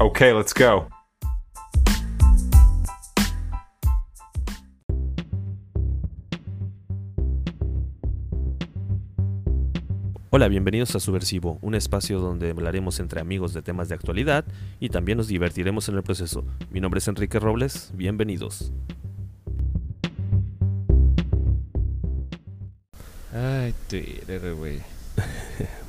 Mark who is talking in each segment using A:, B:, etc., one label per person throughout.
A: Okay, let's go.
B: Hola, bienvenidos a Subversivo, un espacio donde hablaremos entre amigos de temas de actualidad y también nos divertiremos en el proceso. Mi nombre es Enrique Robles, bienvenidos.
C: Ay, Twitter, güey.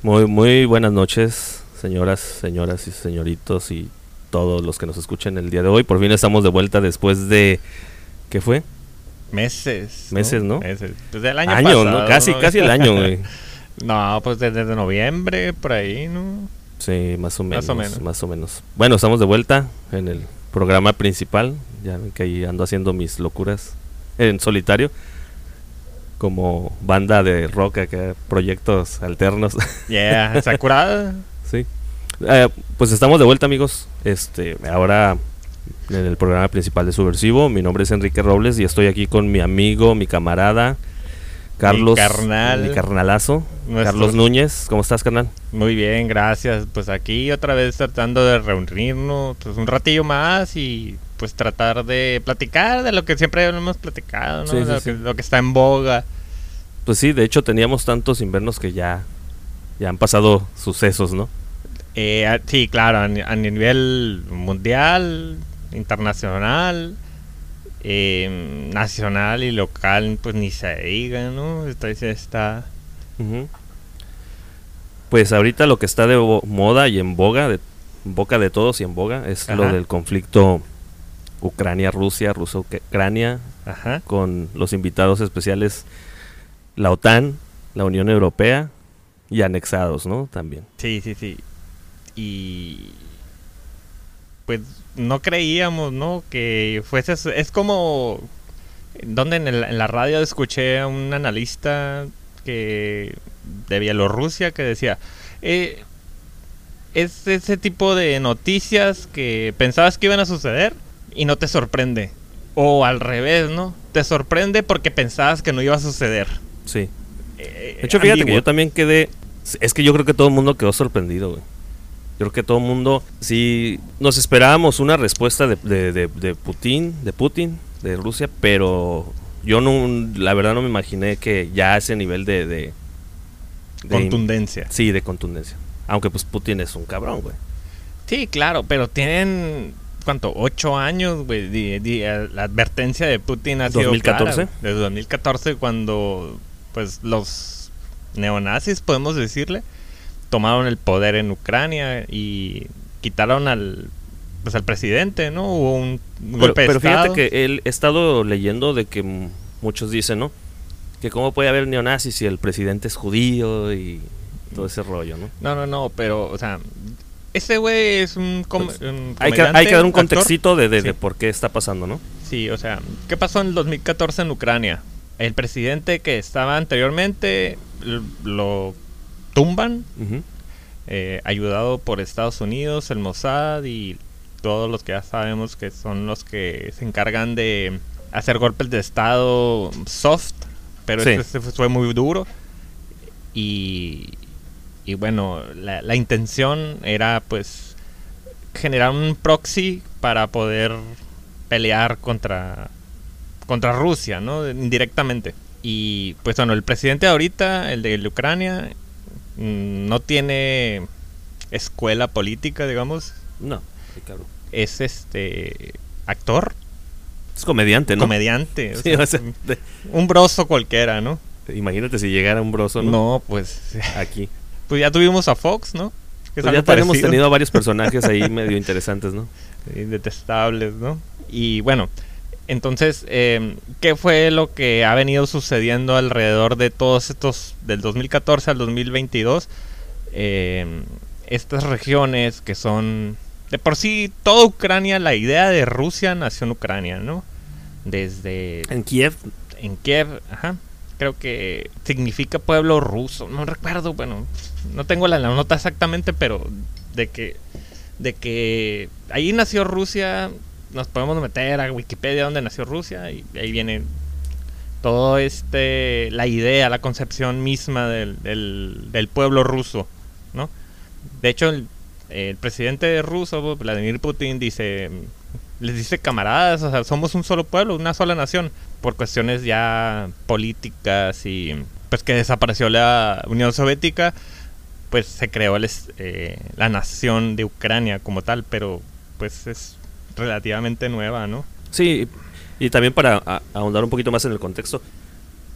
B: Muy, muy buenas noches, señoras, señoras y señoritos y todos los que nos escuchen el día de hoy. Por fin estamos de vuelta después de... ¿Qué fue?
C: Meses.
B: Meses, ¿no?
C: Meses. Desde el año,
B: ¿no?
C: pasado,
B: Casi,
C: ¿no?
B: casi el año, güey.
C: No, pues desde, desde noviembre, por ahí, ¿no?
B: Sí, más o menos.
C: Más o menos.
B: Más o menos. Bueno, estamos de vuelta en el programa principal. Ya ven que ahí ando haciendo mis locuras en solitario. Como banda de rock acá, proyectos alternos.
C: Yeah, Sakura.
B: sí. Eh, pues estamos de vuelta, amigos. Este, ahora en el programa principal de Subversivo. Mi nombre es Enrique Robles y estoy aquí con mi amigo, mi camarada, Carlos.
C: carnal.
B: mi carnalazo.
C: Nuestro-
B: Carlos Núñez. ¿Cómo estás, carnal?
C: Muy bien, gracias. Pues aquí otra vez tratando de reunirnos pues, un ratillo más y pues tratar de platicar de lo que siempre hemos platicado, ¿no?
B: Sí, sí,
C: lo,
B: sí.
C: Que, lo que está en boga.
B: Pues sí, de hecho teníamos tantos invernos que ya, ya han pasado sucesos, ¿no?
C: Eh, a- sí, claro, a, ni- a nivel mundial, internacional, eh, nacional y local, pues ni se diga, ¿no? Entonces está...
B: Pues ahorita lo que está de bo- moda y en boga, de, en boca de todos y en boga, es lo
C: Ajá.
B: del conflicto Ucrania-Rusia, Rusia-Ucrania,
C: Ajá.
B: con los invitados especiales, la OTAN, la Unión Europea y anexados, ¿no? También.
C: Sí, sí, sí. Y... Pues no creíamos, ¿no? Que fuese... su- Es como... Donde en, el- en la radio escuché a un analista que de Bielorrusia que decía... eh, es ese tipo de noticias que pensabas que iban a suceder y no te sorprende. O al revés, ¿no? Te sorprende porque pensabas que no iba a suceder.
B: Sí.
C: Eh,
B: De hecho, fíjate que
C: ambiguo.
B: yo también quedé. Es que yo creo que todo el mundo quedó sorprendido, güey. Yo creo que todo el mundo. Sí, nos esperábamos una respuesta de, de- de- de Putin, de Putin, de Rusia, pero yo no. La verdad no me imaginé que ya a ese nivel de. de- de-
C: Contundencia.
B: Sí, de contundencia. Aunque, pues Putin es un cabrón, güey.
C: Sí, claro, pero tienen, ¿cuánto? Ocho años, güey. di- di- eh, la advertencia de Putin ha sido
B: 2014.
C: clara, güey, desde 2014, cuando, pues, los neonazis, podemos decirle, tomaron el poder en Ucrania y quitaron al, pues, al presidente, ¿no? Hubo un
B: Pero,
C: golpe de
B: pero fíjate
C: estado.
B: que él, he estado leyendo de que mm, muchos dicen, ¿no? Que cómo puede haber neonazis si el presidente es judío y todo ese rollo, ¿no?
C: No, no, no, pero, o sea, ese güey es un, com-
B: Pues,
C: un
B: Hay que, hay que dar un
C: comediante, actor.
B: contextito de, de- de
C: Sí.
B: por qué está pasando, ¿no?
C: Sí, o sea, ¿qué pasó en el 2014 en Ucrania? El presidente que estaba anteriormente l- lo tumban, eh, ayudado por Estados Unidos, el Mossad y todos los que ya sabemos que son los que se encargan de hacer golpes de Estado soft, pero
B: Sí.
C: este, este fue- fue muy duro. Y, y bueno, la, la intención era pues generar un proxy para poder pelear contra, contra Rusia, ¿no? Indirectamente. Y pues bueno, el presidente ahorita, el de Ucrania, mm, no tiene escuela política, digamos.
B: No,
C: Es este actor,
B: Es comediante, ¿no?
C: comediante, o
B: Sí,
C: sea,
B: o sea, de-
C: un broso cualquiera, ¿no?
B: imagínate si llegara un broso, ¿no?
C: No, pues,
B: Aquí.
C: pues ya tuvimos a Fox, ¿no? Que es
B: Pues ya
C: algo
B: hemos
C: parecido.
B: tenido varios personajes ahí medio interesantes, ¿no?
C: y detestables, ¿no? Y bueno, entonces, eh, ¿qué fue lo que ha venido sucediendo alrededor de todos estos, del 2014 al 2022? Eh, estas regiones que son, de por sí, toda Ucrania, la idea de Rusia nació en Ucrania, ¿no? Desde
B: En Kiev.
C: en Kiev, ajá. Creo que significa pueblo ruso. No recuerdo, bueno, no tengo la, la nota exactamente, pero de que de que ahí nació Rusia, nos podemos meter a Wikipedia donde nació Rusia y ahí viene todo este la idea, la concepción misma del, del- del pueblo ruso, ¿no? De hecho, el- el presidente ruso, Vladimir Putin, dice, les dice camaradas, o sea, somos un solo pueblo, una sola nación, por cuestiones ya políticas y pues que desapareció la Unión Soviética, pues se creó el, eh, la nación de Ucrania como tal, pero pues es relativamente nueva, ¿no?
B: Sí, y también para a, ahondar un poquito más en el contexto,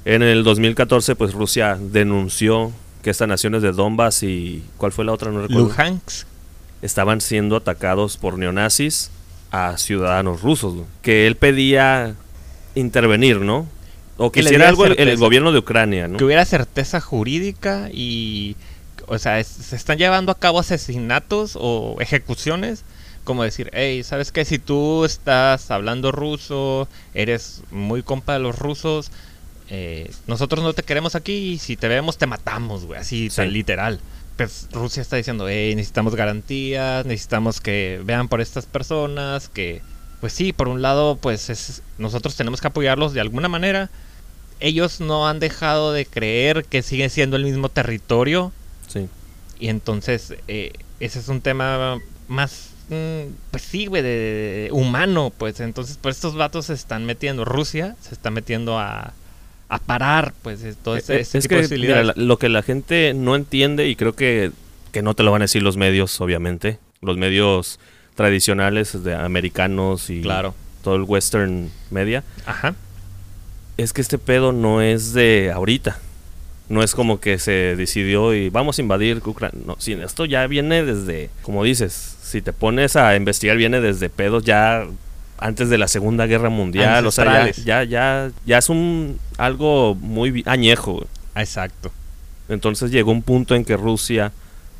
B: en el 2014 pues Rusia denunció que estas naciones de Donbass y ¿cuál fue la otra? No recuerdo.
C: Luhansk.
B: Estaban siendo atacados por neonazis a ciudadanos rusos, ¿no? que él pedía intervenir, ¿no? O que,
C: Que le
B: hiciera
C: diera
B: algo el, el
C: certeza.
B: gobierno de Ucrania, ¿no?
C: Que hubiera certeza jurídica y, o sea, es- se están llevando a cabo asesinatos o ejecuciones, como decir, hey, ¿sabes qué? Si tú estás hablando ruso, eres muy compa de los rusos, eh, nosotros no te queremos aquí y si te vemos te matamos, güey, así
B: Sí.
C: tan literal. Pues Rusia está diciendo, hey, necesitamos garantías, necesitamos que vean por estas personas, que, pues sí, por un lado, pues es- nosotros tenemos que apoyarlos de alguna manera. Ellos no han dejado de creer que sigue siendo el mismo territorio
B: Sí.
C: y entonces eh, ese es un tema más, mm, pues sí, güey, de, de- de humano, pues entonces pues estos vatos se están metiendo, Rusia se está metiendo a, a parar, pues es- todo ese,
B: Eh,
C: ese
B: es
C: tipo de
B: que mira,
C: hostilidades.
B: la- lo que la gente no entiende y creo que, que no te lo van a decir los medios, obviamente, los medios tradicionales de americanos y
C: Claro,
B: todo el western media,
C: ajá,
B: es que este pedo no es de ahorita. No es como que se decidió y vamos a invadir Ucrania. No, sí, esto ya viene desde, como dices, si te pones a investigar, viene desde pedos ya antes de la Segunda Guerra Mundial. O sea, ya-
C: Ancestrales.
B: ya, ya, ya es un algo muy vi- añejo. güey.
C: exacto.
B: Entonces llegó un punto en que Rusia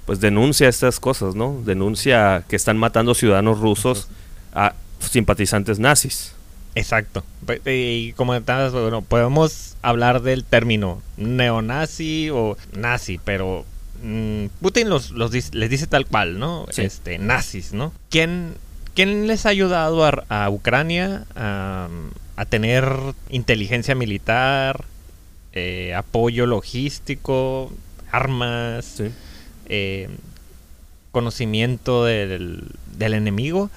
B: pues denuncia estas cosas, ¿no? Denuncia que están matando ciudadanos rusos a simpatizantes nazis.
C: Exacto. Pe- Y como estabas, bueno, podemos hablar del término neonazi o nazi, pero mm, Putin los, los dis- les dice tal cual, ¿no?
B: Sí.
C: Este, nazis, ¿no? ¿Quién, quién les ha ayudado a, a Ucrania a, a tener inteligencia militar, eh, apoyo logístico, armas?
B: Sí.
C: eh, conocimiento del, del enemigo,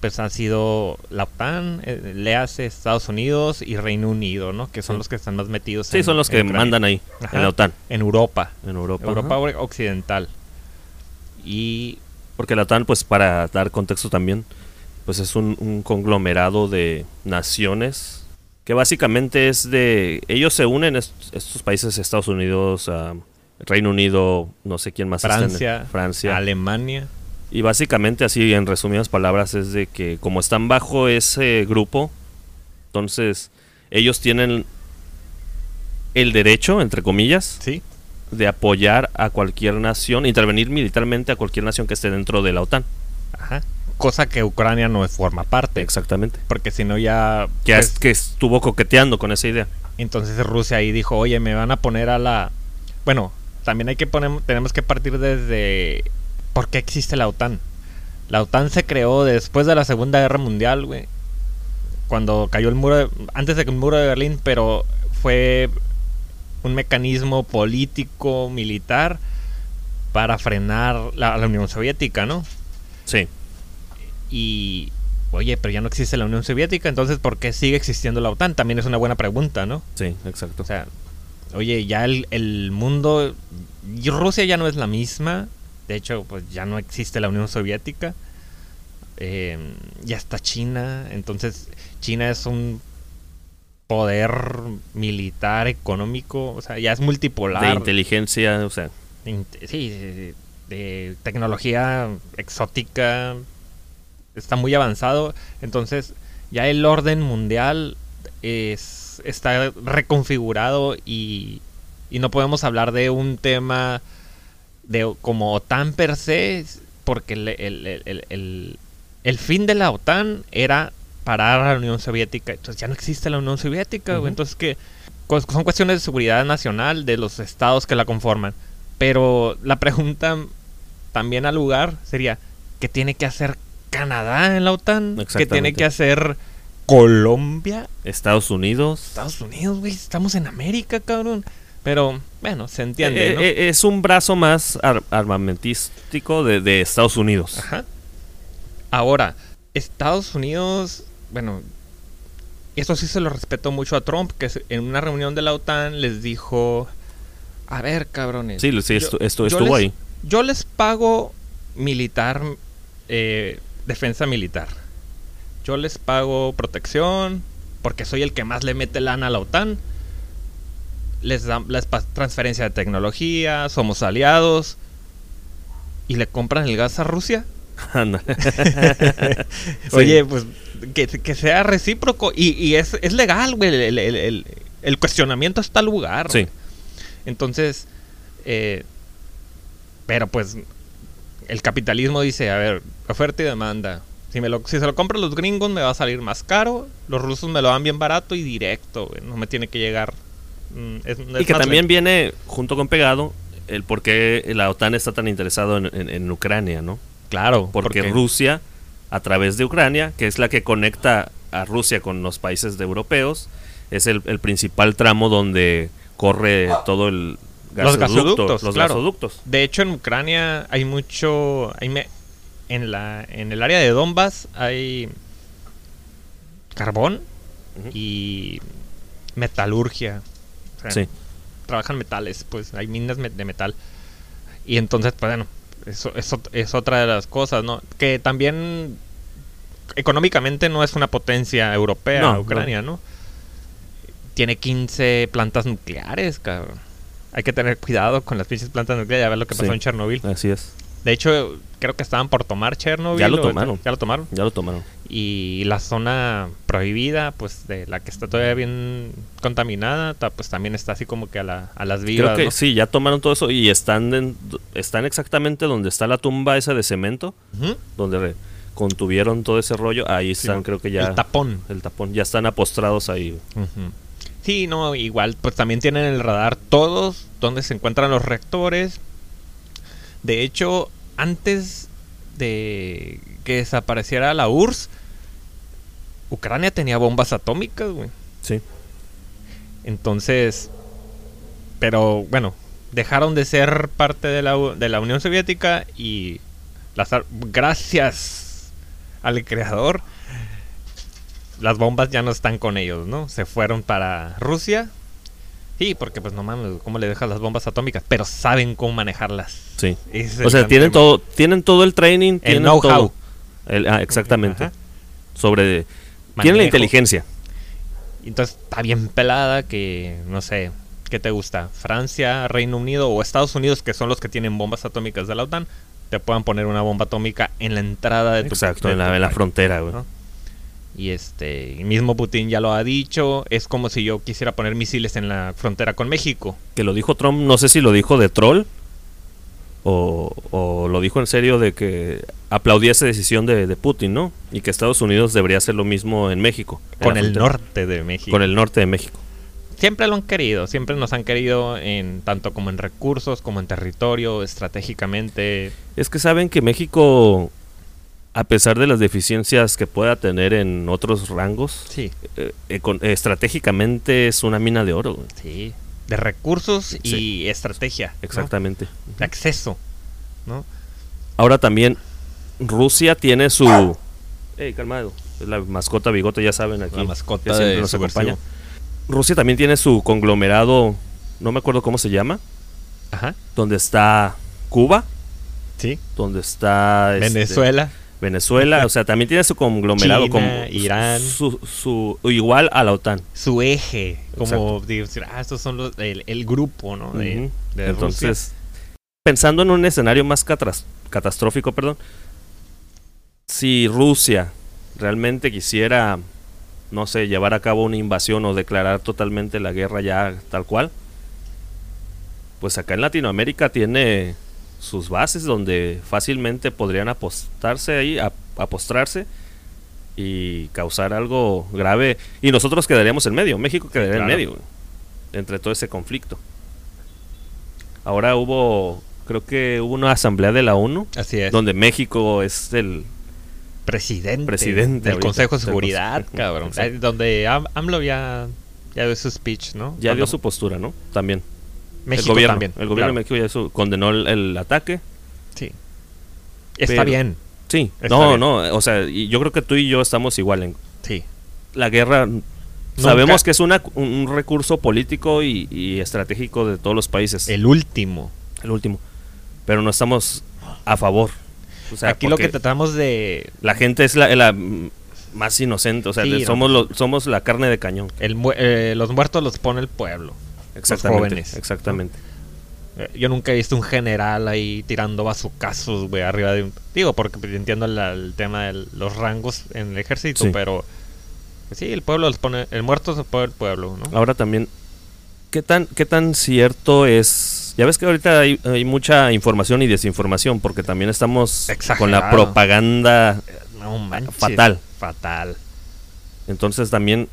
C: pues han sido la OTAN, eh, le hace Estados Unidos y Reino Unido, ¿no? Que son
B: Sí.
C: los que están más metidos.
B: Sí,
C: en-
B: son los
C: en
B: que
C: Ucrania.
B: mandan ahí,
C: Ajá.
B: en la OTAN,
C: En Europa,
B: en Europa.
C: Europa
B: Ajá.
C: occidental. Y
B: Porque la OTAN, pues para dar contexto también, pues es un, un conglomerado de naciones que básicamente es de... Ellos se unen, est- estos países, Estados Unidos, ah, Reino Unido, no sé quién más. está en-
C: Francia,
B: Francia.
C: Alemania.
B: Y básicamente así, en resumidas palabras, es de que como están bajo ese grupo, entonces ellos tienen el derecho, entre comillas,
C: Sí,
B: de apoyar a cualquier nación, intervenir militarmente a cualquier nación que esté dentro de la OTAN.
C: ajá. Cosa que Ucrania no forma parte.
B: Exactamente.
C: Porque si no ya...
B: Que,
C: pues,
B: es- que estuvo coqueteando con esa idea.
C: Entonces Rusia ahí dijo, oye, me van a poner a la... Bueno, también hay que poner, tenemos que partir desde... ¿Por qué existe la OTAN? La OTAN se creó después de la Segunda Guerra Mundial, güey. Cuando cayó el muro... de- antes de que el muro de Berlín, pero fue un mecanismo político, militar, para frenar la, la Unión Soviética, ¿no?
B: Sí.
C: Y... Oye, pero ya no existe la Unión Soviética, entonces ¿por qué sigue existiendo la OTAN? También es una buena pregunta, ¿no?
B: Sí, exacto.
C: O sea, oye, ya el, el mundo. y Rusia ya no es la misma. De hecho, pues ya no existe la Unión Soviética. Eh, ya está China. Entonces, China es un poder militar, económico. O sea, ya es
B: de
C: multipolar.
B: inteligencia, o sea,
C: Inte- sí, de, de- de tecnología exótica. Está muy avanzado. Entonces, ya el orden mundial es, está reconfigurado y, y no podemos hablar de un tema de como OTAN per se, porque el, el- el- el- el- el fin de la OTAN era parar a la Unión Soviética. Entonces, ya no existe la Unión Soviética. güey.
B: Ujú.
C: Entonces, que pues, son cuestiones de seguridad nacional de los estados que la conforman. Pero la pregunta también al lugar sería, ¿qué tiene que hacer Canadá en la OTAN? ¿Qué tiene
B: Exactamente.
C: que hacer Colombia?
B: Estados Unidos.
C: Estados Unidos, güey, estamos en América, cabrón. Pero bueno, se entiende.
B: Eh,
C: ¿no?
B: eh, es un brazo más ar- armamentístico de, de Estados Unidos.
C: Ajá. Ahora, Estados Unidos, bueno, eso sí se lo respeto mucho a Trump, que se- en una reunión de la OTAN les dijo, a ver, cabrones.
B: Sí, sí,
C: yo-
B: esto, esto
C: yo
B: estuvo
C: les-
B: ahí.
C: Yo les pago militar, eh, defensa militar. Yo les pago protección, porque soy el que más le mete lana a la OTAN. Les dan les pas- transferencia de tecnología, somos aliados. ¿Y le compran el gas a Rusia?
B: Ándale. Sí.
C: Oye, pues que, que sea recíproco. Y, y es, es legal, güey. El, el- el- el cuestionamiento está al lugar.
B: Sí.
C: Entonces, eh, pero pues el capitalismo dice, a ver, oferta y demanda. Si, me lo, si se lo compro a los gringos me va a salir más caro, los rusos me lo dan bien barato y directo, güey, no me tiene que llegar. mm, es- es
B: Y que
C: más
B: también
C: lento.
B: viene junto con pegado el por qué la OTAN está tan interesado en, en- en Ucrania, ¿no?
C: Claro,
B: Porque Rusia, a través de Ucrania, que es la que conecta a Rusia con los países de europeos, es el, el principal tramo donde corre todo el
C: Los
B: gasoducto-
C: gasoductos,
B: los
C: claro.
B: gasoductos.
C: De hecho, en Ucrania hay mucho. Hay me- en, la, en el área de Donbass hay carbón
B: Ujú.
C: y metalurgia. O sea,
B: Sí.
C: Trabajan metales, pues hay minas me- de metal. Y entonces, pues bueno, eso, eso es otra de las cosas, ¿no? Que también económicamente no es una potencia europea,
B: No, no.
C: Ucrania, ¿no? Tiene 15 plantas nucleares, cabrón. Hay que tener cuidado con las pinches plantas nucleares, ya ver lo que pasó
B: Sí.
C: en Chernobyl.
B: Así es.
C: De hecho, creo que estaban por tomar Chernobyl.
B: Ya lo
C: o-
B: tomaron.
C: Ya lo tomaron.
B: Ya lo tomaron.
C: Y la zona prohibida, pues de la que está todavía bien contaminada, ta- pues también está así como que a, la- a las vivas.
B: Creo que
C: ¿no?
B: sí, ya tomaron todo eso y están, en- están exactamente donde está la tumba esa de cemento,
C: Ujú.
B: donde re- contuvieron todo ese rollo. Ahí
C: Sí,
B: están,
C: mo-
B: creo que ya.
C: El tapón.
B: el tapón. Ya están apostrados ahí.
C: Ujú. Sí, no, igual, pues también tienen el radar todos, donde se encuentran los reactores. De hecho, antes de que desapareciera la URSS, Ucrania tenía bombas atómicas, güey.
B: Sí.
C: Entonces, pero bueno, dejaron de ser parte de la, U- de la Unión Soviética y las ar- gracias al creador, las bombas ya no están con ellos, ¿no? Se fueron para Rusia. Sí, porque pues no mames, ¿cómo le dejas las bombas atómicas? Pero saben cómo manejarlas.
B: Sí.
C: Ese es
B: O
C: el
B: sea,
C: gran
B: tienen
C: tema.
B: todo, tienen todo el training, tienen
C: know-how.
B: todo. El- ah, exactamente.
C: Ajá.
B: Sobre. Tienen
C: Manejo.
B: la inteligencia.
C: Entonces está bien pelada que, no sé, ¿qué te gusta? Francia, Reino Unido o Estados Unidos, que son los que tienen bombas atómicas de la OTAN, te puedan poner una bomba atómica en la entrada de tu
B: Exacto,
C: de
B: en la,
C: tu
B: en la
C: país,
B: frontera, güey.
C: ¿no? Y este, y mismo Putin ya lo ha dicho, es como si yo quisiera poner misiles en la frontera con México.
B: Que lo dijo Trump, no sé si lo dijo de troll o, o lo dijo en serio de que aplaudía esa decisión de, de Putin, ¿no? Y que Estados Unidos debería hacer lo mismo en México. en
C: Con
B: la
C: el
B: frontera.
C: norte de México.
B: Con el norte de México.
C: Siempre lo han querido, siempre nos han querido en tanto como en recursos, como en territorio, estratégicamente.
B: Es que saben que México, a pesar de las deficiencias que pueda tener en otros rangos,
C: Sí,
B: eh, econ- estratégicamente es una mina de oro, güey.
C: sí. De recursos y
B: Sí.
C: estrategia. ¿no?
B: Exactamente.
C: de acceso, ¿no?
B: Ahora también, Rusia tiene su. Ey, calmado. Es la mascota bigote, ya saben aquí.
C: La mascota
B: que siempre
C: de
B: nos
C: Subversivo.
B: acompaña. Rusia también tiene su conglomerado, no me acuerdo cómo se llama,
C: Ajá.
B: donde está Cuba,
C: Sí.
B: donde está. este,
C: Venezuela.
B: Venezuela, o sea, también tiene su conglomerado
C: China,
B: como
C: Irán.
B: su, su- igual a la OTAN.
C: Su eje, como
B: Exacto.
C: decir, ah, estos son los, el, el grupo, ¿no? De,
B: Ujú.
C: de Rusia.
B: Entonces, pensando en un escenario más catras- catastrófico, perdón, si Rusia realmente quisiera, no sé, llevar a cabo una invasión o declarar totalmente la guerra ya tal cual, pues acá en Latinoamérica tiene sus bases donde fácilmente podrían apostarse ahí, ap- apostrarse y causar algo grave. Y nosotros quedaríamos en medio, México quedaría
C: claro.
B: en medio güey, entre todo ese conflicto. Ahora hubo, creo que hubo una asamblea de la ONU
C: Así es.
B: donde México es el...
C: presidente,
B: Presidente
C: del
B: ahorita,
C: Consejo de
B: del
C: Seguridad,
B: Consejo.
C: cabrón.
B: Exacto.
C: Ahí Donde Am- AMLO ya, ya dio su speech, ¿no?
B: Ya dio
C: Cuando-
B: su postura, ¿no? También.
C: México
B: el gobierno,
C: también.
B: el gobierno
C: claro.
B: de México ya eso condenó el, el ataque.
C: Sí. Está
B: Pero-
C: bien.
B: Sí,
C: Está
B: no,
C: bien.
B: no, o sea, y yo creo que tú y yo estamos igual en
C: Sí.
B: la guerra. Sabemos que es una, un, un recurso político y, y estratégico de todos los países, el,
C: El último.
B: último, pero no estamos a favor. O sea,
C: Aquí lo que
B: porque
C: tratamos de.
B: la gente es la, la, mm, más inocente, o sea,
C: Sí,
B: le-
C: no.
B: somos lo- somos la carne de cañón.
C: el mu- eh, los muertos los pone el pueblo.
B: Exactamente,
C: jóvenes.
B: exactamente.
C: Eh, Yo nunca he visto un general ahí tirando bazucazos, güey, arriba de un... Digo, porque pues, entiendo la- el tema de los rangos en el ejército,
B: Sí.
C: pero... pues, sí, el pueblo los pone... El muerto se pone el pueblo, ¿no?
B: Ahora también, ¿qué tan, ¿qué tan cierto es? Ya ves que ahorita hay, hay mucha información y desinformación, porque también estamos con la
C: Exagerado.
B: propaganda.
C: No manches.
B: Ah, Fatal.
C: Fatal.
B: Entonces también,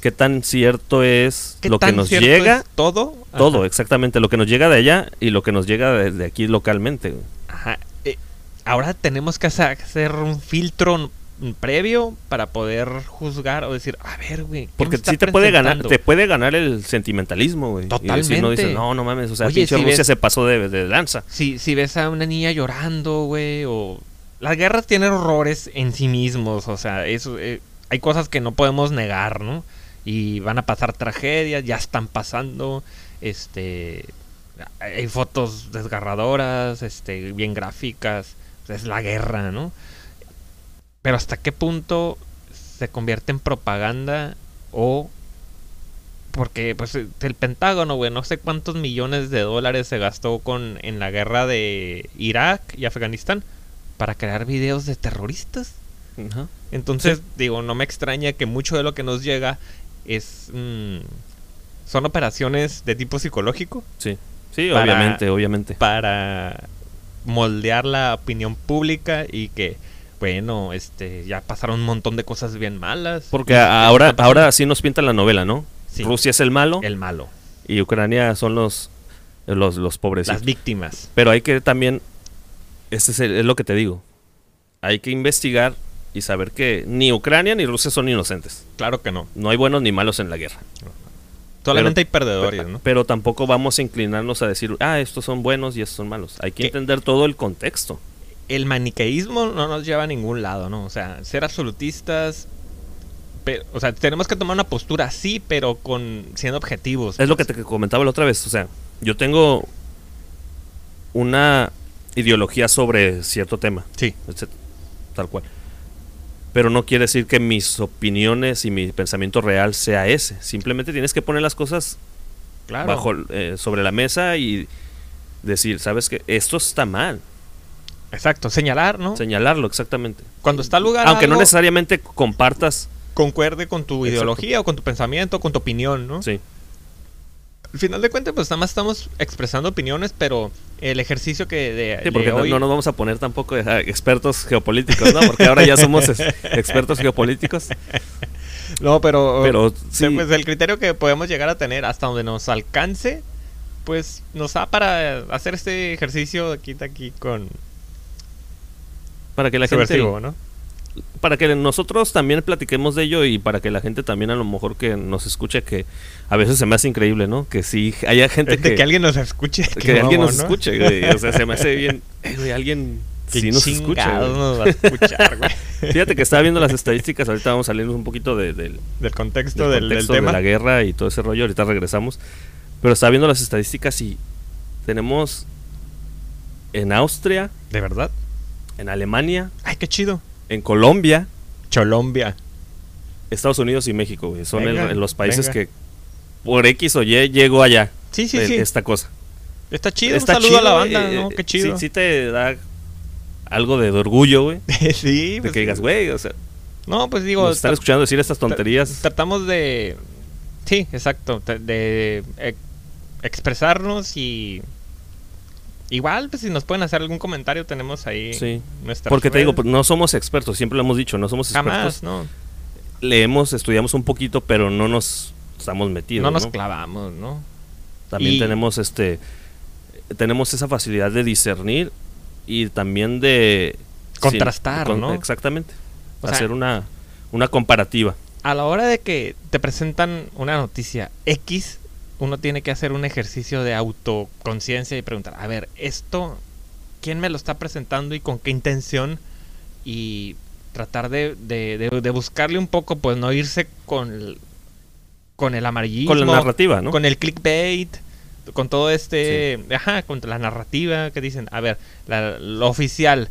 B: ¿qué tan cierto es
C: ¿Qué
B: lo que
C: tan
B: nos
C: cierto
B: llega?
C: es todo?
B: Todo, eh.
C: Ajá.
B: exactamente, lo que nos llega de allá y lo que nos llega de, de aquí localmente. güey.
C: Ajá. Eh, ahora tenemos que hacer- hacer un filtro n- n- previo para poder juzgar o decir, a ver, güey. ¿qué me
B: Porque
C: está
B: sí te puede ganar,
C: presentando?
B: te puede ganar el sentimentalismo, güey. Y decir, no
C: Totalmente.
B: dices, no, no mames, o sea,
C: Oye,
B: pinche
C: si
B: Rusia
C: ves-
B: se pasó de, de lanza.
C: Si, si ves a una niña llorando, güey, o... Las guerras tienen horrores en sí mismos, o sea, eso, eh, hay cosas que no podemos negar, ¿no? Y van a pasar tragedias, ya están pasando, este... Hay fotos desgarradoras, este, bien gráficas, o sea, es la guerra, ¿no? Pero hasta qué punto se convierte en propaganda o porque pues el Pentágono, güey, no sé cuántos millones de dólares se gastó con en la guerra de Irak y Afganistán para crear videos de terroristas.
B: Ajá.
C: Entonces, digo, no me extraña que mucho de lo que nos llega es mm, son operaciones de tipo psicológico
B: Sí, sí,
C: Para-
B: obviamente, obviamente.
C: para moldear la opinión pública y que bueno, este ya pasaron un montón de cosas bien malas.
B: Porque a- ahora, ahora sí nos pintan la novela, ¿no?
C: Sí.
B: Rusia es el malo
C: el malo,
B: y Ucrania son los, los, los
C: las
B: pobrecitos.
C: víctimas.
B: Pero hay que también, este es, el- es lo que te digo, hay que investigar y saber que ni Ucrania ni Rusia son inocentes.
C: Claro que no.
B: No hay buenos ni malos en la guerra.
C: Solamente hay
B: Pero,
C: perdedores, ¿no?
B: pero tampoco vamos a inclinarnos a decir, ah, estos son buenos y estos son malos. Hay que
C: ¿Qué?
B: entender todo el contexto.
C: El maniqueísmo no nos lleva a ningún lado, ¿no? O sea, ser absolutistas. pero- o sea, tenemos que tomar una postura así, pero con siendo objetivos.
B: Es lo que te comentaba la otra vez. O sea, yo tengo una ideología sobre cierto tema.
C: Sí,
B: etcétera, tal cual. Pero no quiere decir que mis opiniones y mi pensamiento real sea ese. Simplemente tienes que poner las cosas
C: claro.
B: bajo eh, sobre la mesa y decir, sabes que esto está mal,
C: Exacto, señalar, ¿no?
B: señalarlo exactamente.
C: Cuando está al lugar.
B: Aunque no
C: algo,
B: necesariamente compartas,
C: Concuerde con tu
B: Exacto.
C: ideología o con tu pensamiento, con tu opinión, ¿no?
B: sí,
C: Al final de cuentas, pues nada más estamos expresando opiniones, pero el ejercicio que de.
B: Sí,
C: de
B: porque no,
C: hoy-
B: eh, no nos vamos a poner tampoco eh, expertos geopolíticos, ¿no? Porque ahora ya somos es- expertos geopolíticos,
C: No, pero.
B: pero
C: Sí,
B: sí,
C: pues el criterio que podemos llegar a tener hasta donde nos alcance, pues nos da para hacer este ejercicio de quita aquí con
B: para que la gente
C: subversivo, ¿no?
B: para que nosotros también platiquemos de ello y para que la gente también a lo mejor que nos escuche que a veces se me hace increíble, ¿no? Que sí haya gente
C: Es de
B: que,
C: que, alguien nos escuche.
B: que
C: qué
B: alguien
C: mamón,
B: nos
C: ¿no?
B: escuche, güey. O sea, se me hace bien, eh, güey, alguien
C: Qué
B: sí nos escucha.
C: chingados
B: güey.
C: nos va a escuchar, güey.
B: Fíjate que estaba viendo las estadísticas, ahorita vamos a salirnos un poquito de- del,
C: Del contexto
B: del
C: del, del
B: contexto
C: tema.
B: de la guerra y todo ese rollo, ahorita regresamos. Pero estaba viendo las estadísticas y tenemos en Austria,
C: ¿De verdad?
B: en Alemania,
C: Ay, qué chido.
B: en Colombia,
C: Cholombia.
B: Estados Unidos y México, güey. Son el-
C: Venga,
B: los países
C: venga.
B: que por X o Y llegó allá.
C: Sí, sí,
B: el-
C: sí.
B: Esta cosa.
C: Está chido.
B: Está
C: un saludo a la
B: güey,
C: banda,
B: eh,
C: ¿no?
B: eh,
C: Qué chido.
B: Sí, sí te da algo de, de orgullo, güey.
C: Sí,
B: De
C: pues,
B: que digas, güey, o sea,
C: No, pues digo.
B: nos están
C: tra-
B: escuchando decir estas
C: tra-
B: tonterías.
C: Tratamos de. Sí, exacto. tra- De eh, expresarnos y. Igual, pues si nos pueden hacer algún comentario, tenemos ahí
B: Sí.
C: nuestra.
B: Porque te digo, pues, no somos expertos, siempre lo hemos dicho, no somos
C: Jamás,
B: expertos.
C: ¿no?
B: Leemos, estudiamos un poquito, pero no nos estamos metidos.
C: No nos
B: ¿no?
C: clavamos, ¿no?
B: También
C: Y-
B: tenemos este tenemos esa facilidad de discernir y también de
C: Contrastar,
B: sin-
C: ¿no?
B: Exactamente.
C: O sea-
B: hacer una una comparativa.
C: A la hora de que te presentan una noticia X, uno tiene que hacer un ejercicio de autoconciencia y preguntar, a ver, esto, ¿quién me lo está presentando y con qué intención? Y tratar de, de, de- de buscarle un poco, pues no irse con el, con el amarillismo.
B: Con la narrativa, ¿no?
C: Con el clickbait, con todo este... Ajá, con la narrativa que dicen, a ver, la- lo oficial,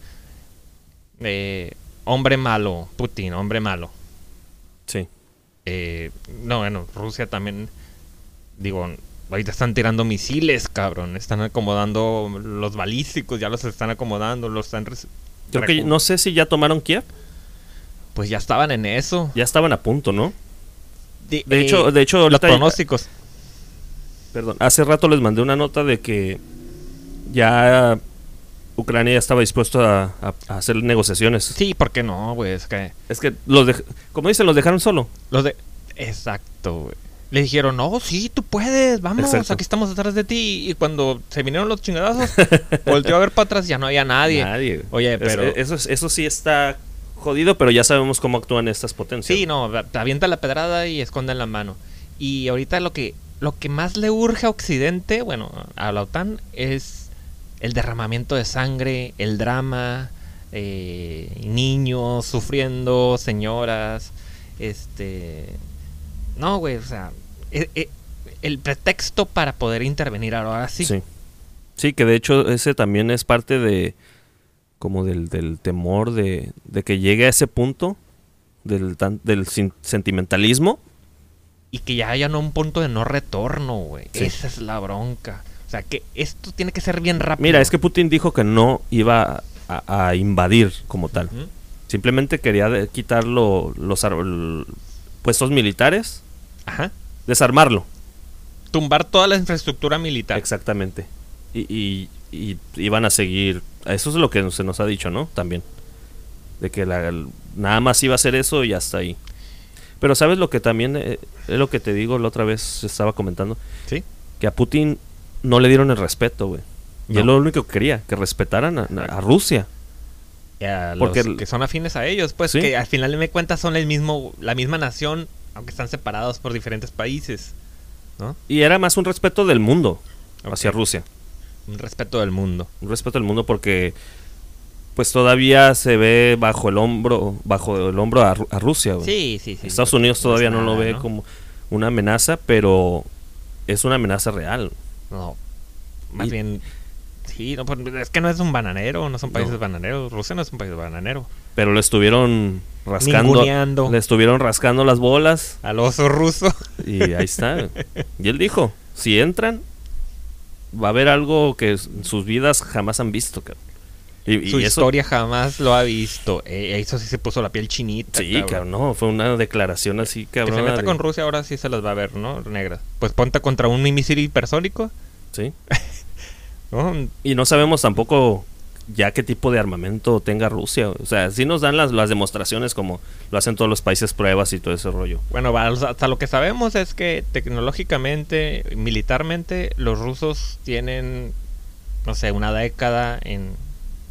C: eh, hombre malo, Putin, hombre malo.
B: Sí.
C: Eh, no, bueno, Rusia también. Digo, ahorita están tirando misiles, cabrón. Están acomodando los balísticos, ya los están acomodando, los están. res-
B: Creo que no sé si ya tomaron Kiev.
C: Pues ya estaban en eso.
B: Ya estaban a punto, ¿no?
C: De,
B: De hecho, de hecho
C: los
B: ahorita-
C: pronósticos.
B: perdón, hace rato les mandé una nota de que ya Ucrania ya estaba dispuesto a, a- a hacer negociaciones.
C: Sí, ¿por qué no, güey? Es que.
B: Es que los dej- como dicen, los dejaron solo.
C: Los de. Exacto, güey. Le dijeron, no, sí, tú puedes, vamos,
B: Exacto.
C: aquí estamos detrás de ti. Y cuando se vinieron los chingadazos, volteó a ver para atrás y ya no había nadie.
B: Nadie.
C: Oye,
B: Es-
C: pero.
B: eso, es- eso sí está jodido, pero ya sabemos cómo actúan estas potencias.
C: Sí, no, te avienta la pedrada y esconde la mano. Y ahorita lo que, lo que más le urge a Occidente, bueno, a la OTAN, es el derramamiento de sangre, el drama, eh, niños sufriendo, señoras, este... No, güey, o sea, e- e- el pretexto para poder intervenir ahora sí.
B: Sí. Sí, que de hecho ese también es parte de como del, del temor de, de que llegue a ese punto del, tan- del sin- sentimentalismo.
C: y que ya haya no un punto de no retorno, güey.
B: Sí.
C: Esa es la bronca. O sea, que esto tiene que ser bien rápido.
B: Mira, es que Putin dijo que no iba a, a invadir como tal.
C: ¿Mm?
B: Simplemente quería de- quitar lo- los ar- l- puestos militares,
C: Ajá.
B: desarmarlo.
C: tumbar toda la infraestructura militar.
B: Exactamente. Y, y- y iban a seguir. Eso es lo que se nos ha dicho, ¿no? También. De que la- el- nada más iba a ser eso y hasta ahí. Pero sabes lo que también eh, es lo que te digo la otra vez estaba comentando
C: Sí.
B: que a Putin no le dieron el respeto, güey. Y
C: No.
B: es lo único que quería que respetaran a, a Rusia.
C: Porque
B: Porque
C: los
B: el-
C: que son afines a ellos, pues
B: Sí.
C: que al final de cuentas son el mismo, la misma nación, aunque están separados por diferentes países, ¿no?
B: Y era más un respeto del mundo hacia
C: Ok.
B: Rusia.
C: Un respeto del mundo.
B: un respeto al mundo porque pues todavía se ve bajo el hombro bajo el hombro a, Ru- a Rusia güey.
C: Sí, sí, sí.
B: Estados Unidos
C: es
B: todavía no lo
C: nada,
B: ve como una amenaza pero es una amenaza real
C: No. Más
B: Y-
C: bien. Sí, no, pues, es que no es un bananero, no son países
B: No.
C: bananeros. Rusia no es un país bananero.
B: pero le estuvieron rascando
C: Ninguneando.
B: le estuvieron rascando las bolas
C: Al oso ruso.
B: y ahí está y él dijo si entran va a haber algo que s- sus vidas jamás han visto cabrón. y, y
C: Su
B: eso-
C: historia jamás lo ha visto. Eh, eso sí se puso la piel chinita.
B: sí cabrón no fue una declaración así
C: Que
B: cabrón
C: se meta
B: de-
C: con Rusia ahora sí se las va a ver, ¿no? Negras. Pues ponte contra un misil hipersónico.
B: sí
C: ¿no?
B: Y no sabemos tampoco ya qué tipo de armamento tenga Rusia. O sea, sí nos dan las, las demostraciones como lo hacen todos los países pruebas y todo ese rollo.
C: Bueno, va- hasta lo que sabemos es que tecnológicamente, militarmente, los rusos tienen, no sé, una década en,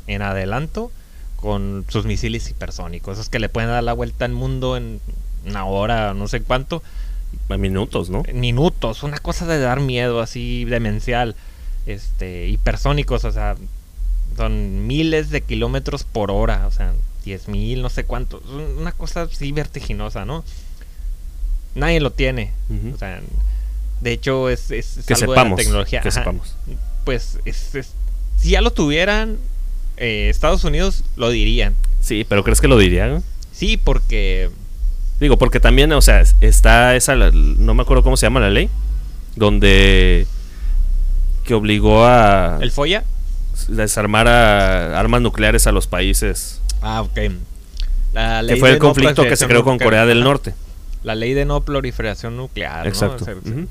C: en adelanto con sus misiles hipersónicos. Esos que le pueden dar la vuelta al mundo en una hora, no sé cuánto.
B: A minutos, ¿no?
C: minutos, una cosa de dar miedo así demencial, este, hipersónicos, o sea, son miles de kilómetros por hora, o sea, diez mil, no sé cuánto, es un- una cosa así vertiginosa, ¿no? Nadie lo tiene,
B: Ujú.
C: o sea, de hecho es, es, es
B: que
C: algo
B: sepamos.
C: de la tecnología,
B: Que
C: ajá.
B: sepamos.
C: pues es- es- si ya lo tuvieran, eh, Estados Unidos lo dirían,
B: Sí, pero ¿crees que lo diría? no?
C: sí, porque
B: Digo, porque también, o sea, es- está esa, la- no me acuerdo cómo se llama la ley, donde que obligó a
C: el folla
B: desarmar a armas nucleares a los países.
C: Ah, ok. La
B: Que
C: ley
B: fue
C: de
B: el
C: no
B: conflicto que se
C: proliferación
B: creó con
C: nuclear.
B: Corea del
C: Ajá.
B: Norte.
C: La ley de no proliferación nuclear, ¿no?
B: Exacto.
C: O sea,
B: Ujú.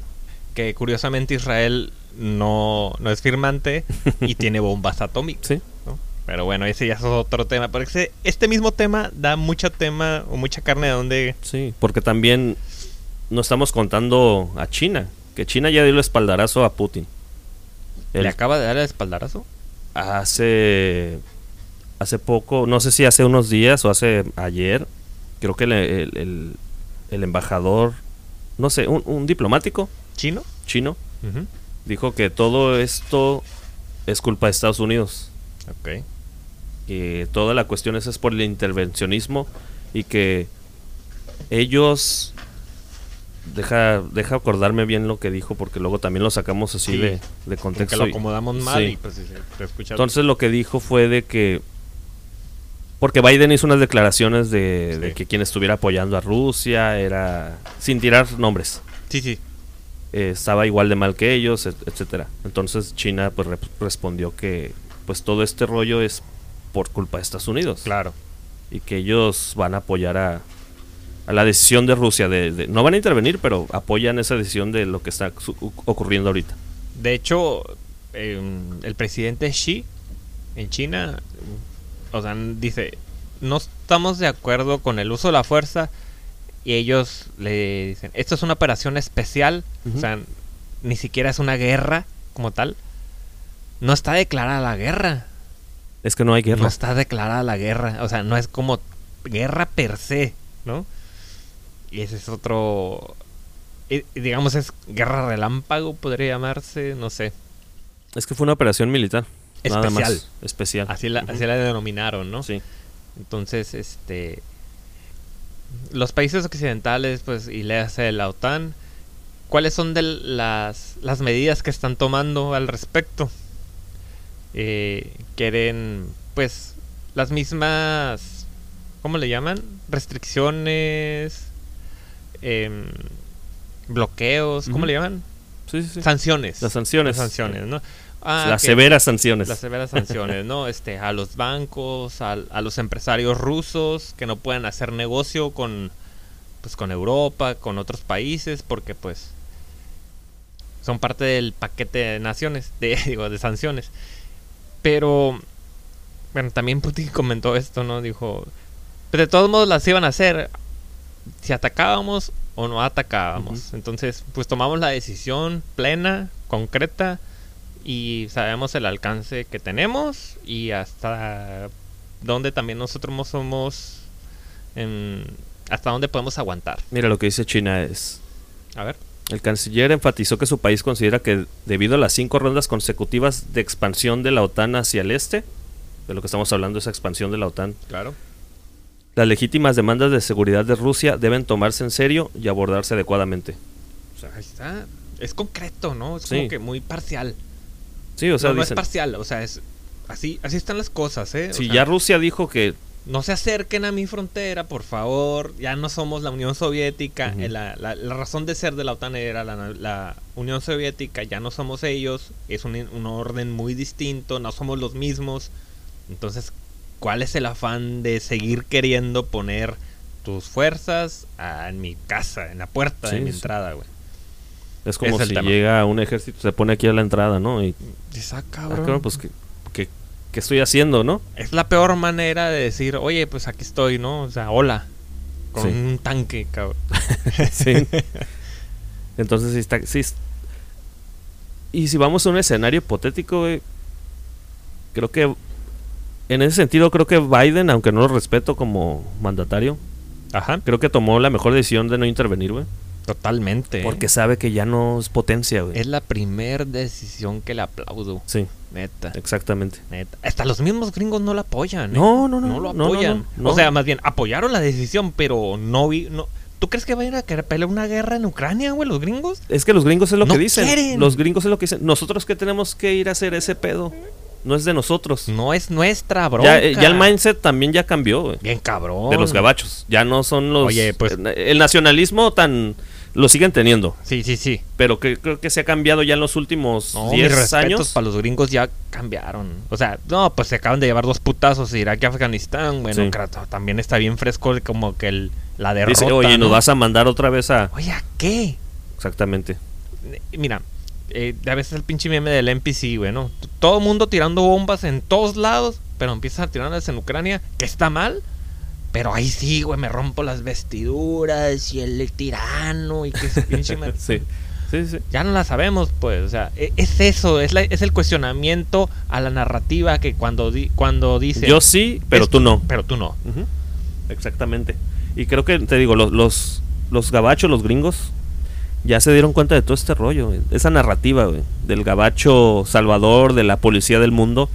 C: Que curiosamente Israel no, no es firmante y tiene bombas atómicas.
B: Sí.
C: ¿no? Pero bueno, ese ya es otro tema. Porque ese- este mismo tema da mucho tema o mucha carne de donde.
B: Sí, porque también no estamos contando a China, que China ya dio el espaldarazo a Putin. El-
C: ¿Le acaba de dar el espaldarazo?
B: hace hace poco, no sé si hace unos días o hace ayer, creo que el, el- el- el embajador, no sé, un, un diplomático
C: ¿Chino?
B: chino,
C: Ujú.
B: dijo que todo esto es culpa de Estados Unidos.
C: Ok.
B: que eh, toda la cuestión esa es por el intervencionismo y que ellos deja deja acordarme bien lo que dijo porque luego también lo sacamos así
C: Sí,
B: de, de
C: Como que
B: contexto
C: lo
B: y-
C: acomodamos mal
B: sí.
C: y pues se- se escucha-
B: entonces lo que dijo fue de que porque Biden hizo unas declaraciones de, de
C: Sí.
B: que quien estuviera apoyando a Rusia era sin tirar nombres
C: Sí, sí.
B: eh, estaba igual de mal que ellos, et- etcétera. Entonces China pues rep- respondió que pues todo este rollo es por culpa de Estados Unidos
C: Claro.
B: y que ellos van a apoyar a, a la decisión de Rusia de, de- no van a intervenir, pero apoyan esa decisión de lo que está su- u- ocurriendo ahorita.
C: De hecho, em, el presidente Xi en China, o sea, dice, no estamos de acuerdo con el uso de la fuerza y ellos le dicen, esto es una operación especial,
B: Ujú.
C: o sea, ni siquiera es una guerra como tal. No está declarada la guerra.
B: Es que no hay guerra.
C: No está declarada la guerra. O sea, no es como guerra per se, ¿no? Y ese es otro... eh, Digamos, es guerra relámpago, podría llamarse, no sé.
B: Es que fue una operación militar. Nada
C: Especial.
B: más. Especial.
C: Así la,
B: Ujú.
C: así la denominaron, ¿no?
B: Sí.
C: Entonces, este. Los países occidentales, pues, y le hace la OTAN, ¿cuáles son de las, las medidas que están tomando al respecto? Eh, quieren, pues, las mismas. ¿Cómo le llaman? Restricciones. em, bloqueos, ¿cómo
B: Ujú.
C: le llaman?
B: Sí, sí, sí.
C: Sanciones.
B: Las sanciones.
C: Las sanciones, ¿no? Ah,
B: Las
C: que-
B: severas sanciones.
C: las severas sanciones, ¿no? Este, a los bancos, al- a, los empresarios rusos que no pueden hacer negocio con, pues, con Europa, con otros países, porque pues son parte del paquete de naciones, de, digo, de sanciones. Pero, bueno, también Putin comentó esto, ¿no? Dijo, "Pues, de todos modos las iban a hacer, si atacábamos o no atacábamos. Entonces, pues tomamos la decisión plena, concreta, y sabemos el alcance que tenemos y hasta dónde también nosotros mo- somos, em, hasta dónde podemos aguantar.
B: Mira lo que dice China es.
C: A ver.
B: El canciller enfatizó que su país considera que debido a las cinco rondas consecutivas de expansión de la OTAN hacia el este, de lo que estamos hablando, esa expansión de la OTAN,
C: Claro.
B: las legítimas demandas de seguridad de Rusia deben tomarse en serio y abordarse adecuadamente.
C: ahí está. Es concreto, ¿no? Es
B: Sí.
C: como que muy parcial.
B: Sí, o sea,
C: no, no es
B: dicen,
C: parcial, o sea, es así, así están las cosas, ¿eh? O
B: si
C: sea,
B: ya Rusia dijo que
C: no se acerquen a mi frontera, por favor. Ya no somos la Unión Soviética.
B: Ujú.
C: Eh, la, la- la razón de ser de la OTAN era la, la Unión Soviética. Ya no somos ellos. Es un, un orden muy distinto. No somos los mismos. Entonces, ¿cuál es el afán de seguir queriendo poner tus fuerzas ah, en mi casa, en la puerta de
B: Sí,
C: mi
B: sí.
C: entrada, güey?
B: es como
C: Es el
B: si
C: tema.
B: llega un ejército, se pone aquí a la entrada, ¿no? Y,
C: Esa
B: ah,
C: cabrón.
B: cabrón, pues, ¿qué, qué, qué estoy haciendo, no?
C: Es la peor manera de decir, oye, pues aquí estoy, ¿no? O sea, hola. Con
B: Sí.
C: un tanque, cabrón.
B: Sí. Entonces, sí está. sí es- y si vamos a un escenario hipotético, güey, creo que. En ese sentido, creo que Biden, aunque no lo respeto como mandatario,
C: Ajá.
B: creo que tomó la mejor decisión de no intervenir, güey.
C: Totalmente. ¿eh?
B: Porque sabe que ya no es potencia, güey.
C: es la primera decisión que le aplaudo.
B: Sí,
C: Neta,
B: exactamente.
C: neta. Hasta los mismos gringos no la apoyan. ¿eh?
B: No, no, no,
C: No
B: no,
C: lo
B: no,
C: apoyan.
B: no, no.
C: O sea, más bien, apoyaron la decisión, pero no vi. No. ¿Tú crees que vayan a querer pelear una guerra en Ucrania, güey, los gringos?
B: Es que los gringos es lo
C: No
B: que dicen.
C: quieren.
B: Los gringos es lo que dicen. Nosotros que tenemos que ir a hacer ese pedo. No es de nosotros.
C: No es nuestra, bro.
B: Ya, eh, ya el mindset también ya cambió, güey.
C: Bien cabrón.
B: de los gabachos. Ya no son los.
C: Oye, pues-
B: eh, El nacionalismo tan. Lo siguen teniendo.
C: Sí, sí, sí.
B: Pero que, creo que se ha cambiado ya en los últimos
C: No, mis
B: 10
C: respetos
B: años.
C: para los gringos ya cambiaron. O sea, no, pues se acaban de llevar dos putazos de Irak y Afganistán. Bueno,
B: Sí.
C: crato, también está bien fresco el- como que el, la derrota.
B: Dice, oye, nos
C: ¿no?
B: vas a mandar otra vez a.
C: Oye, ¿a qué?
B: Exactamente.
C: Eh, Mira, eh, a veces el pinche meme del NPC, güey, ¿no? T- Todo mundo tirando bombas en todos lados, pero empiezan a tirarlas en Ucrania, que está mal. Pero ahí sí, güey, me rompo las vestiduras y el tirano y que ese pinche... man-
B: Sí. Sí, sí.
C: Ya no la sabemos, pues, o sea, e- es eso, es, la- es el cuestionamiento a la narrativa que cuando, di- cuando dice...
B: Yo sí, pero tú no.
C: Pero tú no.
B: Ujú, Exactamente. Y creo que, te digo, los, los, los gabachos, los gringos, ya se dieron cuenta de todo este rollo, güey. esa narrativa güey, del gabacho salvador, de la policía del mundo.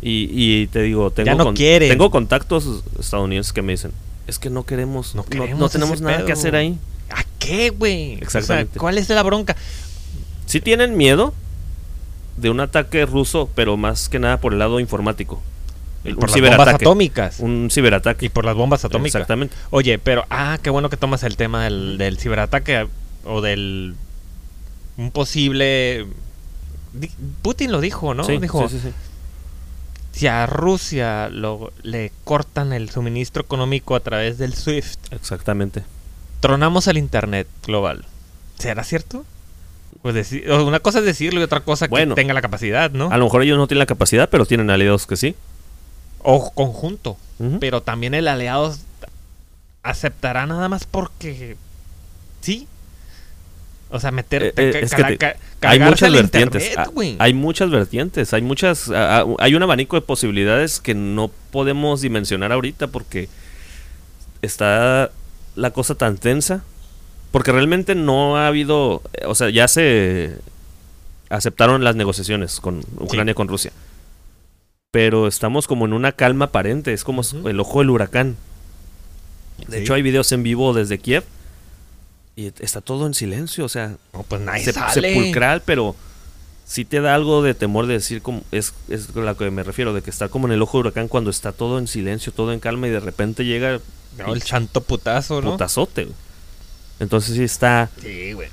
B: Y, y te digo, tengo,
C: no
B: con-
C: quieren.
B: tengo contactos estadounidenses que me dicen, es que no queremos,
C: No
B: no,
C: queremos
B: no tenemos
C: ese
B: nada
C: pedo".
B: que hacer ahí.
C: ¿A qué, güey? O sea,
B: Exactamente.
C: ¿Cuál es la bronca?
B: Sí tienen miedo de un ataque ruso, pero más que nada por el lado informático. El-
C: por las bombas atómicas.
B: Un ciberataque.
C: Y por las bombas atómicas.
B: Exactamente.
C: Oye, pero, ah, qué bueno que tomas el tema del, del ciberataque o del. Un posible. di- Putin lo dijo, ¿no?
B: Sí,
C: dijo:
B: sí, sí, sí.
C: si a Rusia lo, le cortan el suministro económico a través del SWIFT,
B: Exactamente.
C: tronamos el Internet global. ¿Será cierto? Pues deci- o una cosa es decirlo y otra cosa
B: Bueno.
C: que tenga la capacidad, ¿no?
B: A lo mejor ellos no tienen la capacidad, pero tienen aliados que sí.
C: O conjunto.
B: Ujú.
C: Pero también el aliado aceptará nada más porque sí. O sea, meter
B: Eh, eh, es que te-
C: cargarse
B: hay muchas
C: el
B: vertientes.
C: internet,
B: Ah,
C: güey.
B: hay muchas vertientes. Hay muchas. ah, ah, hay un abanico de posibilidades que no podemos dimensionar ahorita porque está la cosa tan tensa. Porque realmente no ha habido. eh, O sea, ya se aceptaron las negociaciones con Ucrania con Rusia. Pero estamos como en una calma aparente. Es como
C: Ujú.
B: el ojo del huracán. De
C: Sí.
B: hecho, hay videos en vivo desde Kiev. Y está todo en silencio. O sea,
C: No, pues nadie
B: sep-
C: sale.
B: sepulcral, pero sí te da algo de temor de decir, como, es, es a lo que me refiero, de que está como en el ojo de huracán cuando está todo en silencio, todo en calma y de repente llega el
C: No, el santo putazo, ¿no?
B: putazote. güey. Entonces sí está,
C: Sí, güey.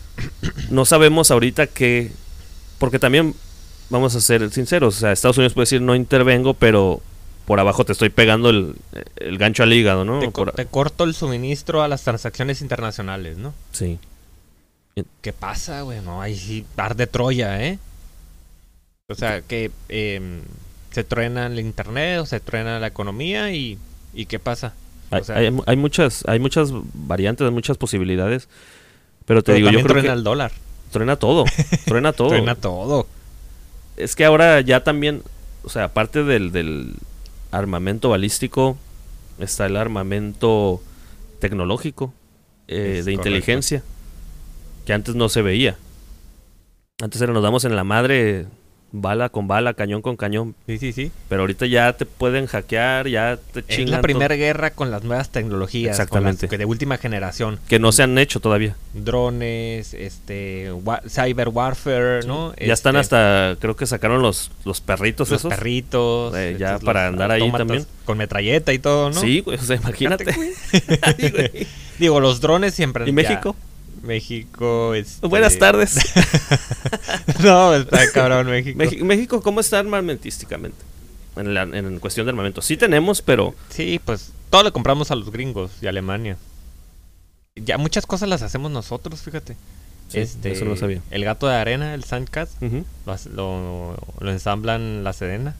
B: no sabemos ahorita qué, porque también vamos a ser sinceros, o sea, Estados Unidos puede decir no intervengo, pero por abajo te estoy pegando el, el gancho al hígado, ¿no?
C: Te, co-
B: Por-
C: te corto el suministro a las transacciones internacionales, ¿no?
B: sí.
C: ¿Qué pasa, güey? No, ahí sí, par de Troya, ¿eh? O sea, que em, se truena el internet o se truena la economía y, y ¿qué pasa? O
B: Hay,
C: sea-
B: hay- hay muchas, hay muchas variantes, hay muchas posibilidades, pero te
C: Pero
B: digo, yo
C: también
B: creo
C: truena
B: que
C: el dólar.
B: Truena todo, truena todo.
C: Truena todo.
B: Es que ahora ya también, o sea, aparte del, del armamento balístico, está el armamento tecnológico, eh,
C: Es
B: de
C: correcto.
B: inteligencia, que antes no se veía. Antes era nos damos en la madre bala con bala, cañón con cañón,
C: Sí, sí, sí.
B: pero ahorita ya te pueden hackear, ya te
C: Es
B: chingan.
C: la
B: to-
C: primera guerra con las nuevas tecnologías. con las
B: Exactamente.
C: que de última generación.
B: Que no se han hecho todavía.
C: Drones, este, wa- cyber warfare, ¿no?
B: ya están
C: Este,
B: hasta, creo que sacaron los, los perritos
C: los
B: esos.
C: perritos.
B: Eh, ya
C: estos,
B: para
C: los
B: andar ahí
C: autómatas
B: también.
C: Con metralleta y todo, ¿no?
B: Sí, güey, o sea, imagínate. Ay, güey.
C: Digo, los drones siempre.
B: ¿Y
C: ya.
B: México?
C: México, este...
B: Buenas tardes.
C: no, está cabrón México.
B: Meji- México, ¿cómo está armamentísticamente? En, la- en cuestión de armamento. Sí tenemos, pero
C: Sí, pues todo lo compramos a los gringos y a Alemania. Ya muchas cosas las hacemos nosotros, fíjate. Este,
B: Sí, eso no sabía.
C: El gato de arena, el Sandcast,
B: ujú,
C: lo, hace- lo, lo ensamblan la Sedena.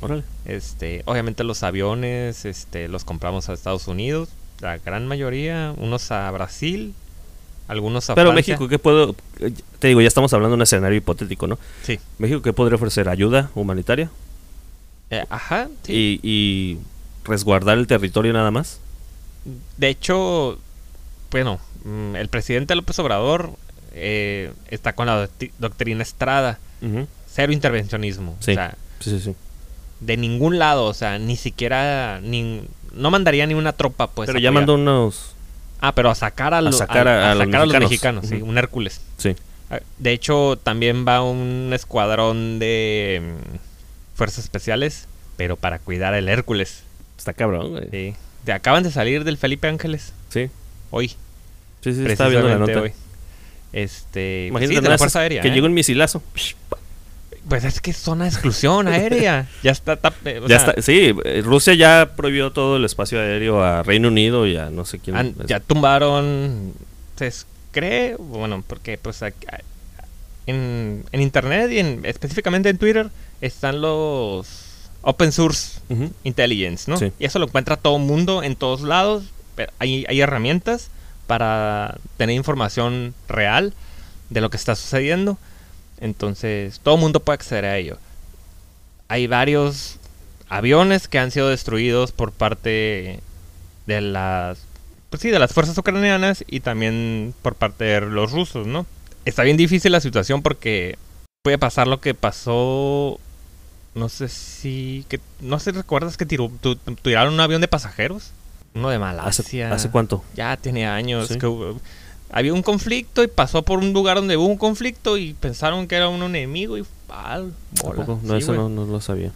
B: órale.
C: Este, obviamente los aviones, este, los compramos a Estados Unidos, la gran mayoría, unos a Brasil, algunos a
B: Pero
C: Francia.
B: México, ¿qué puedo? eh, Te digo, ya estamos hablando de un escenario hipotético, ¿no?
C: Sí.
B: México, ¿qué podría ofrecer? ¿Ayuda humanitaria?
C: Eh, ajá, sí.
B: Y, y resguardar el territorio nada más.
C: De hecho, bueno, mm, el presidente López Obrador eh, está con la docti- doctrina Estrada,
B: Ujú,
C: cero intervencionismo.
B: Sí.
C: O sea,
B: Sí, sí, sí.
C: de ningún lado, o sea, ni siquiera, ni, no mandaría ni una tropa, pues.
B: pero
C: a
B: ya
C: apoyar.
B: mandó unos...
C: Ah, pero a sacar a, lo-
B: sacar a- a los
C: sacar
B: mexicanos.
C: sí,
B: Ujú.
C: un Hércules.
B: Sí.
C: Ah, De hecho, también va un escuadrón de mm, fuerzas especiales, pero para cuidar el Hércules.
B: Está cabrón, güey. Sí,
C: Sí. Te acaban de salir del Felipe Ángeles
B: sí,
C: hoy.
B: sí,
C: precisamente
B: está viendo la nota.
C: hoy. Este, pues
B: Imagínate
C: sí, de
B: nada
C: la
B: más
C: Fuerza Aérea.
B: que
C: ¿eh?
B: llegó un misilazo.
C: Pues es que es zona de exclusión aérea. Ya está. tap- eh, o
B: ya
C: sea,
B: está, sí, eh, Rusia ya prohibió todo el espacio aéreo a Reino Unido y a no sé quién.
C: han-
B: es-
C: Ah, ya tumbaron. Se es- cree. Bueno, porque pues aquí- en, en internet y en, específicamente en Twitter están los open source
B: Ujú.
C: intelligence, ¿no?
B: Sí.
C: Y eso lo encuentra todo el mundo en todos lados. pero Hay, hay herramientas para tener información real de lo que está sucediendo. Entonces, todo el mundo puede acceder a ello. Hay varios aviones que han sido destruidos por parte de las pues sí, de las fuerzas ucranianas y también por parte de los rusos, ¿no? Está bien difícil la situación porque puede pasar lo que pasó, no sé si, que, no sé, ¿recuerdas que tiró, tu- tu- tiraron un avión de pasajeros? Uno de
B: ¿Hace,
C: Malasia.
B: ¿Hace cuánto?
C: Ya tiene años.
B: Sí.
C: que hubo- había un conflicto y pasó por un lugar donde hubo un conflicto y pensaron que era un enemigo y... ah, bola.
B: ¿Tampoco? No,
C: Sí,
B: eso
C: güey.
B: no, no lo sabía.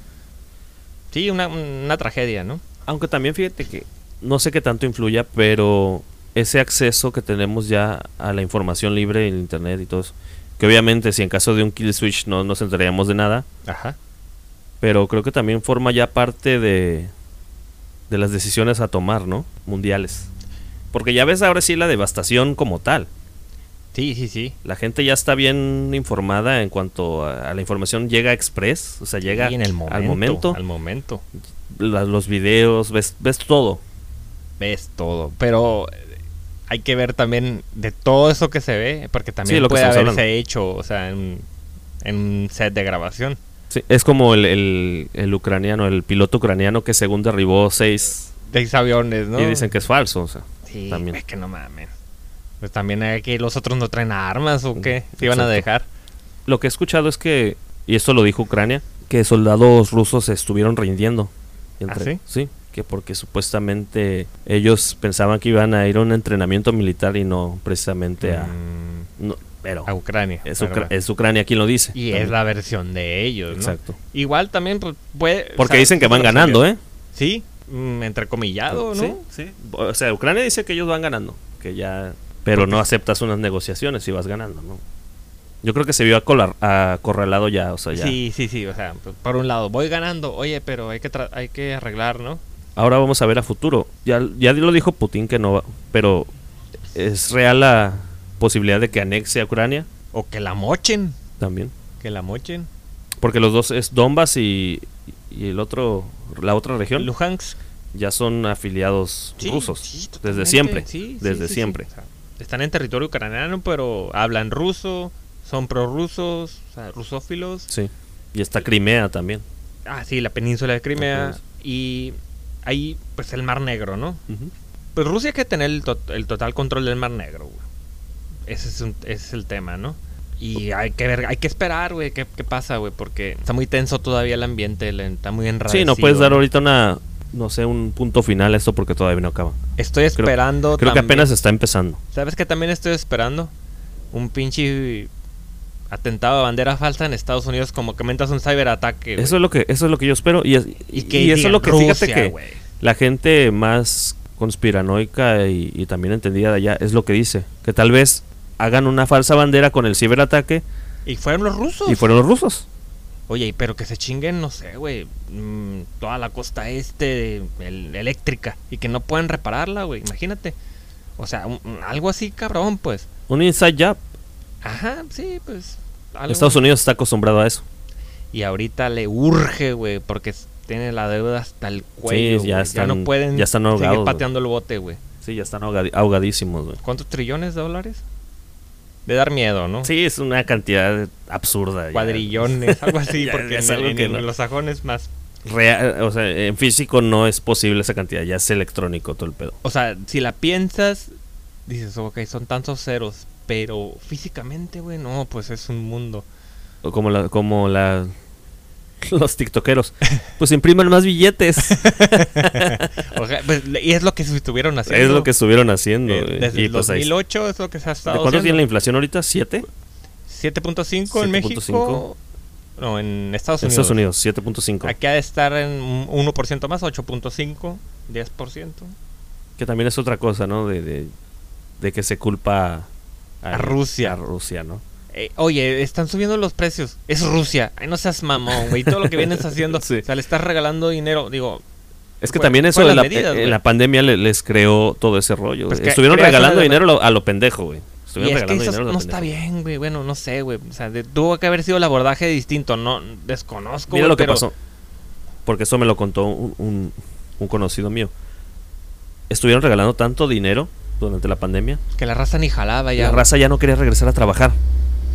C: Sí, una, una tragedia, ¿no?
B: Aunque también fíjate que no sé qué tanto influya, pero ese acceso que tenemos ya a la información libre en internet y todo eso, que obviamente si en caso de un kill switch no nos enteraríamos de nada,
C: Ajá.
B: pero creo que también forma ya parte de, de las decisiones a tomar, ¿no? Mundiales. Porque ya ves ahora sí la devastación como tal.
C: Sí, sí, sí.
B: La gente ya está bien informada en cuanto a, a la información llega express, o sea, llega
C: Sí, en el momento,
B: al momento,
C: Al momento.
B: la- los videos, ves, ves todo.
C: Ves todo. Pero eh, hay que ver también de todo eso que se ve, porque también
B: Sí, lo que
C: puede
B: estamos
C: haberse
B: hablando.
C: hecho, o sea, en, en un set de grabación.
B: Sí, es como el, el- el ucraniano, el piloto ucraniano que según derribó seis
C: De esos aviones, ¿no?
B: y dicen que es falso, o sea.
C: Sí,
B: también.
C: es que no mamen. Pues también hay que los otros no traen armas o qué. ¿Se iban a
B: Exacto.
C: dejar?
B: Lo que he escuchado es que, y esto lo dijo Ucrania, que soldados rusos se estuvieron rindiendo. ¿Ah,
C: sí?
B: que porque supuestamente ellos pensaban que iban a ir a un entrenamiento militar y no precisamente a...
C: Mm,
B: no, pero
C: a Ucrania.
B: es,
C: ¿verdad?
B: Ucra- es Ucrania quien lo dice.
C: Y es
B: también.
C: la versión de ellos, ¿no?
B: Exacto.
C: Igual también pues, puede...
B: Porque dicen que van ganando, ¿eh?
C: Sí, mm, entrecomillado, ¿no?
B: Sí, sí. O sea, Ucrania dice que ellos van ganando, que ya... Pero no aceptas unas negociaciones si vas ganando, ¿no? Yo creo que se vio acolar- acorralado ya, o sea, ya.
C: Sí, sí, sí, o sea, p- por un lado, voy ganando, oye, pero hay que, tra- hay que arreglar, ¿no?
B: Ahora vamos a ver a futuro. Ya, ya lo dijo Putin que no va, pero es real la posibilidad de que anexe a Ucrania
C: O que la mochen,
B: también.
C: que la mochen.
B: Porque los dos es Donbass y, y el otro, la otra región,
C: Luhansk.
B: ya son afiliados
C: Sí,
B: rusos.
C: sí, totalmente,
B: desde siempre.
C: sí, sí,
B: desde
C: sí, sí.
B: siempre.
C: O sea, están en territorio ucraniano, pero hablan ruso, son prorrusos, o sea, rusófilos.
B: Sí. Y está Crimea también.
C: Ah, sí, la península de Crimea.
B: Ujú.
C: Y ahí, pues, el Mar Negro, ¿no? Pues Rusia que tener el, tot- el total control del Mar Negro, güey. Ese es, un- ese es el tema, ¿no? Y hay que ver, hay que esperar, güey, qué, qué pasa, güey, porque está muy tenso todavía el ambiente, le- está muy enrarecido.
B: Sí, no puedes dar ahorita una, no sé, un punto final a esto porque todavía no acaba.
C: Estoy esperando
B: Creo que
C: también-
B: apenas está empezando.
C: ¿Sabes qué también estoy esperando? Un pinche atentado de bandera falsa en Estados Unidos, como que mentas un ciberataque, güey.
B: Eso es lo que, eso es lo que yo espero. Y, es-
C: Y,
B: y-
C: que
B: y eso es
C: digan,
B: lo que fíjate
C: "Rusia,
B: que
C: güey".
B: la gente más conspiranoica y, y también entendida de allá es lo que dice. Que tal vez hagan una falsa bandera con el ciberataque
C: Y fueron los rusos.
B: y fueron los rusos.
C: Oye, pero que se chinguen, no sé, güey, mm, toda la costa este el- eléctrica y que no puedan repararla, güey, imagínate. O sea, un- un- algo así, cabrón, pues.
B: Un inside job.
C: Ajá, sí, pues. algo.
B: Estados Unidos está acostumbrado a eso.
C: Y ahorita le urge, güey, porque s- tiene la deuda hasta el cuello.
B: ya
C: güey.
B: están-
C: no pueden
B: ya están ahogados,
C: seguir
B: güey.
C: pateando el bote, güey.
B: Sí, ya están ahogadi- ahogadísimos, güey.
C: ¿Cuántos trillones de dólares? De dar miedo, ¿no?
B: Sí, es una cantidad absurda. ya.
C: Cuadrillones, algo así,
B: Ya,
C: porque
B: ya es
C: en,
B: algo
C: en-
B: que
C: en
B: no.
C: los sajones más
B: Real- o sea, en físico no es posible esa cantidad, ya es electrónico todo el pedo.
C: O sea, si la piensas, dices, ok, son tantos ceros, pero físicamente, güey, no, pues es un mundo.
B: O como la, como la los tiktokeros. Pues impriman más billetes.
C: O sea, pues, le- y es lo que estuvieron haciendo.
B: es lo que estuvieron haciendo.
C: eh,
B: güey.
C: Desde
B: Y
C: el
B: pues ahí-
C: 2008 es lo que se ha
B: ¿De
C: estado
B: cuánto tiene la
C: haciendo.
B: inflación ahorita? ¿Siete?
C: 7.5
B: 7.5.
C: en México. No, en Estados
B: En
C: Unidos.
B: Estados Unidos, 7.5.
C: Aquí ha de estar en un 1% más, 8.5, 10%.
B: Que también es otra cosa, ¿no? De, de, de que se culpa
C: A Rusia.
B: A Rusia, ¿no?
C: Eh, oye, están subiendo los precios. Es Rusia. Ay, no seas mamón, güey. Todo lo que vienes haciendo.
B: Sí.
C: O sea, le estás regalando dinero. Digo,
B: Es que
C: Fue-
B: también eso
C: fue
B: de la,
C: las medidas,
B: eh,
C: güey.
B: la pandemia le- les creó todo ese rollo.
C: Pues
B: güey.
C: que-
B: Estuvieron
C: creas
B: regalando
C: una-
B: dinero a lo, a lo pendejo, güey. Estuvieron
C: Y es que
B: regalando
C: eso
B: dinero a lo
C: no está
B: pendejo.
C: bien, güey. Bueno, no sé, güey. O sea, de- tuvo que haber sido el abordaje distinto. No, desconozco.
B: Mira
C: güey,
B: lo que
C: pero-
B: pasó. Porque eso me lo contó un, un- un conocido mío. Estuvieron regalando tanto dinero durante la pandemia.
C: Que la raza ni jalaba ya.
B: La
C: güey.
B: raza ya no quería regresar a trabajar.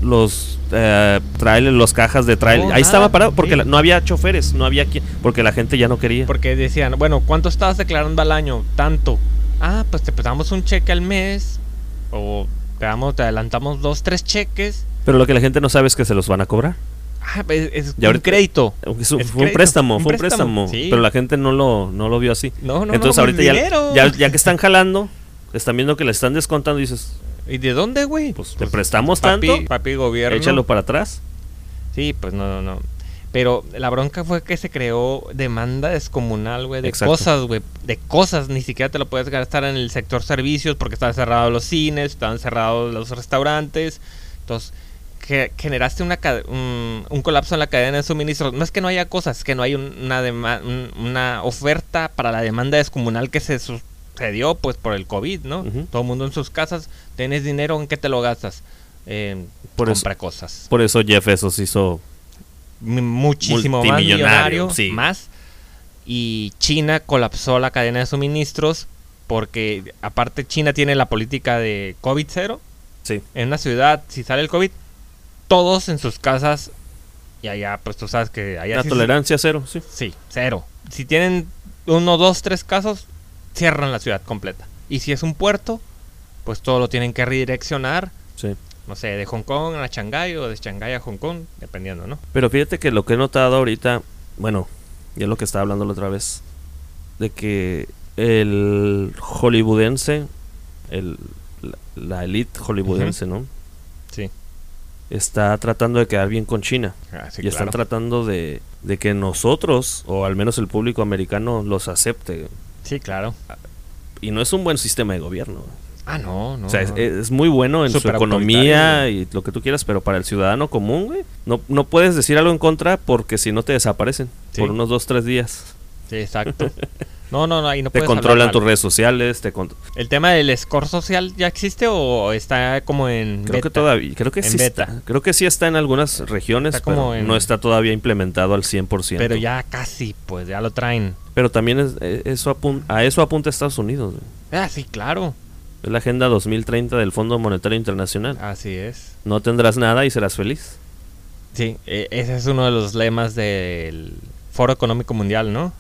B: Los eh, trailers, los cajas de trailer.
C: No,
B: ahí estaba
C: nada,
B: parado porque
C: sí.
B: la- no había choferes, no había quien. Porque la gente ya no quería.
C: Porque decían, bueno, ¿cuánto estabas declarando al año? Tanto. ah, pues te damos un cheque al mes, o te, damos, te adelantamos dos, tres cheques.
B: Pero lo que la gente no sabe es que se los van a cobrar.
C: Ah, es, es
B: Y
C: un
B: ahorita-
C: crédito.
B: Aunque su-
C: Es
B: fue un
C: crédito,
B: préstamo,
C: un
B: fue un
C: préstamo,
B: préstamo.
C: sí.
B: Pero la gente no lo, no lo vio así.
C: Oh, No, no,
B: Entonces
C: no,
B: ahorita
C: mi
B: ya,
C: dinero.
B: ya, ya que están jalando, están viendo que le están descontando y dices,
C: ¿Y de dónde, güey?
B: pues te prestamos
C: papi,
B: tanto,
C: papi gobierno.
B: échalo para atrás.
C: Sí, pues no, no, no. Pero la bronca fue que se creó demanda descomunal, güey, de
B: Exacto.
C: cosas, güey, de cosas. Ni siquiera te lo puedes gastar en el sector servicios porque estaban cerrados los cines, estaban cerrados los restaurantes. Entonces, que generaste una ca- un, un colapso en la cadena de suministro. No es que no haya cosas, es que no hay un- una, dema- un- una oferta para la demanda descomunal que se sucedió, pues, por el COVID, ¿no?
B: Ujú.
C: Todo el mundo en sus casas, tienes dinero, ¿en qué te lo gastas? Eh,
B: Por eso-
C: compra cosas
B: Por eso Jeff Bezos hizo
C: mi- muchísimo más
B: Multimillonario,
C: millonario,
B: sí.
C: más. Y China colapsó la cadena de suministros porque aparte China tiene la política de COVID cero.
B: Sí.
C: En una ciudad, si sale el COVID, todos en sus casas y allá, pues tú sabes que allá...
B: la
C: sí-
B: tolerancia cero, sí.
C: Sí, cero. Si tienen uno, dos, tres casos, cierran la ciudad completa. Y si es un puerto, pues todo lo tienen que redireccionar,
B: sí.
C: no sé, de Hong Kong a Shanghái o de Shanghái a Hong Kong, dependiendo, ¿no?
B: Pero fíjate que lo que he notado ahorita, bueno, ya es lo que estaba hablando la otra vez, de que el hollywoodense, el, la, la elite hollywoodense, ¿no?
C: Sí.
B: Está tratando de quedar bien con China.
C: Ah, sí,
B: y están
C: claro.
B: tratando de, de que nosotros, o al menos el público americano, los acepte.
C: Sí, claro.
B: Y no es un buen sistema de gobierno.
C: Ah, no, no.
B: o sea, es, eh,
C: no.
B: es muy bueno en su
C: Súper
B: economía
C: autoritario,
B: y lo que tú quieras, pero para el ciudadano común, güey, no, no puedes decir algo en contra porque si no te desaparecen
C: Sí.
B: por unos dos, tres días.
C: Sí, exacto. No, no, no, ahí no
B: Te
C: puedes
B: controlan
C: hablar
B: tus
C: mal.
B: redes sociales, te contro-
C: ¿El tema del score social ya existe o está como en
B: Creo que
C: beta?
B: todavía, creo que
C: En
B: sí
C: beta.
B: está. Creo que sí está en algunas regiones,
C: Está como
B: pero
C: en-
B: no está todavía implementado al 100%.
C: Pero ya casi, pues ya lo traen.
B: Pero también es- e- eso apun- a eso apunta Estados Unidos. güey.
C: Ah, sí, claro.
B: Es la agenda 2030 del Fondo Monetario Internacional.
C: Así es.
B: No tendrás nada y serás feliz.
C: Sí, e- ese es uno de los lemas del Foro Económico Mundial, ¿no?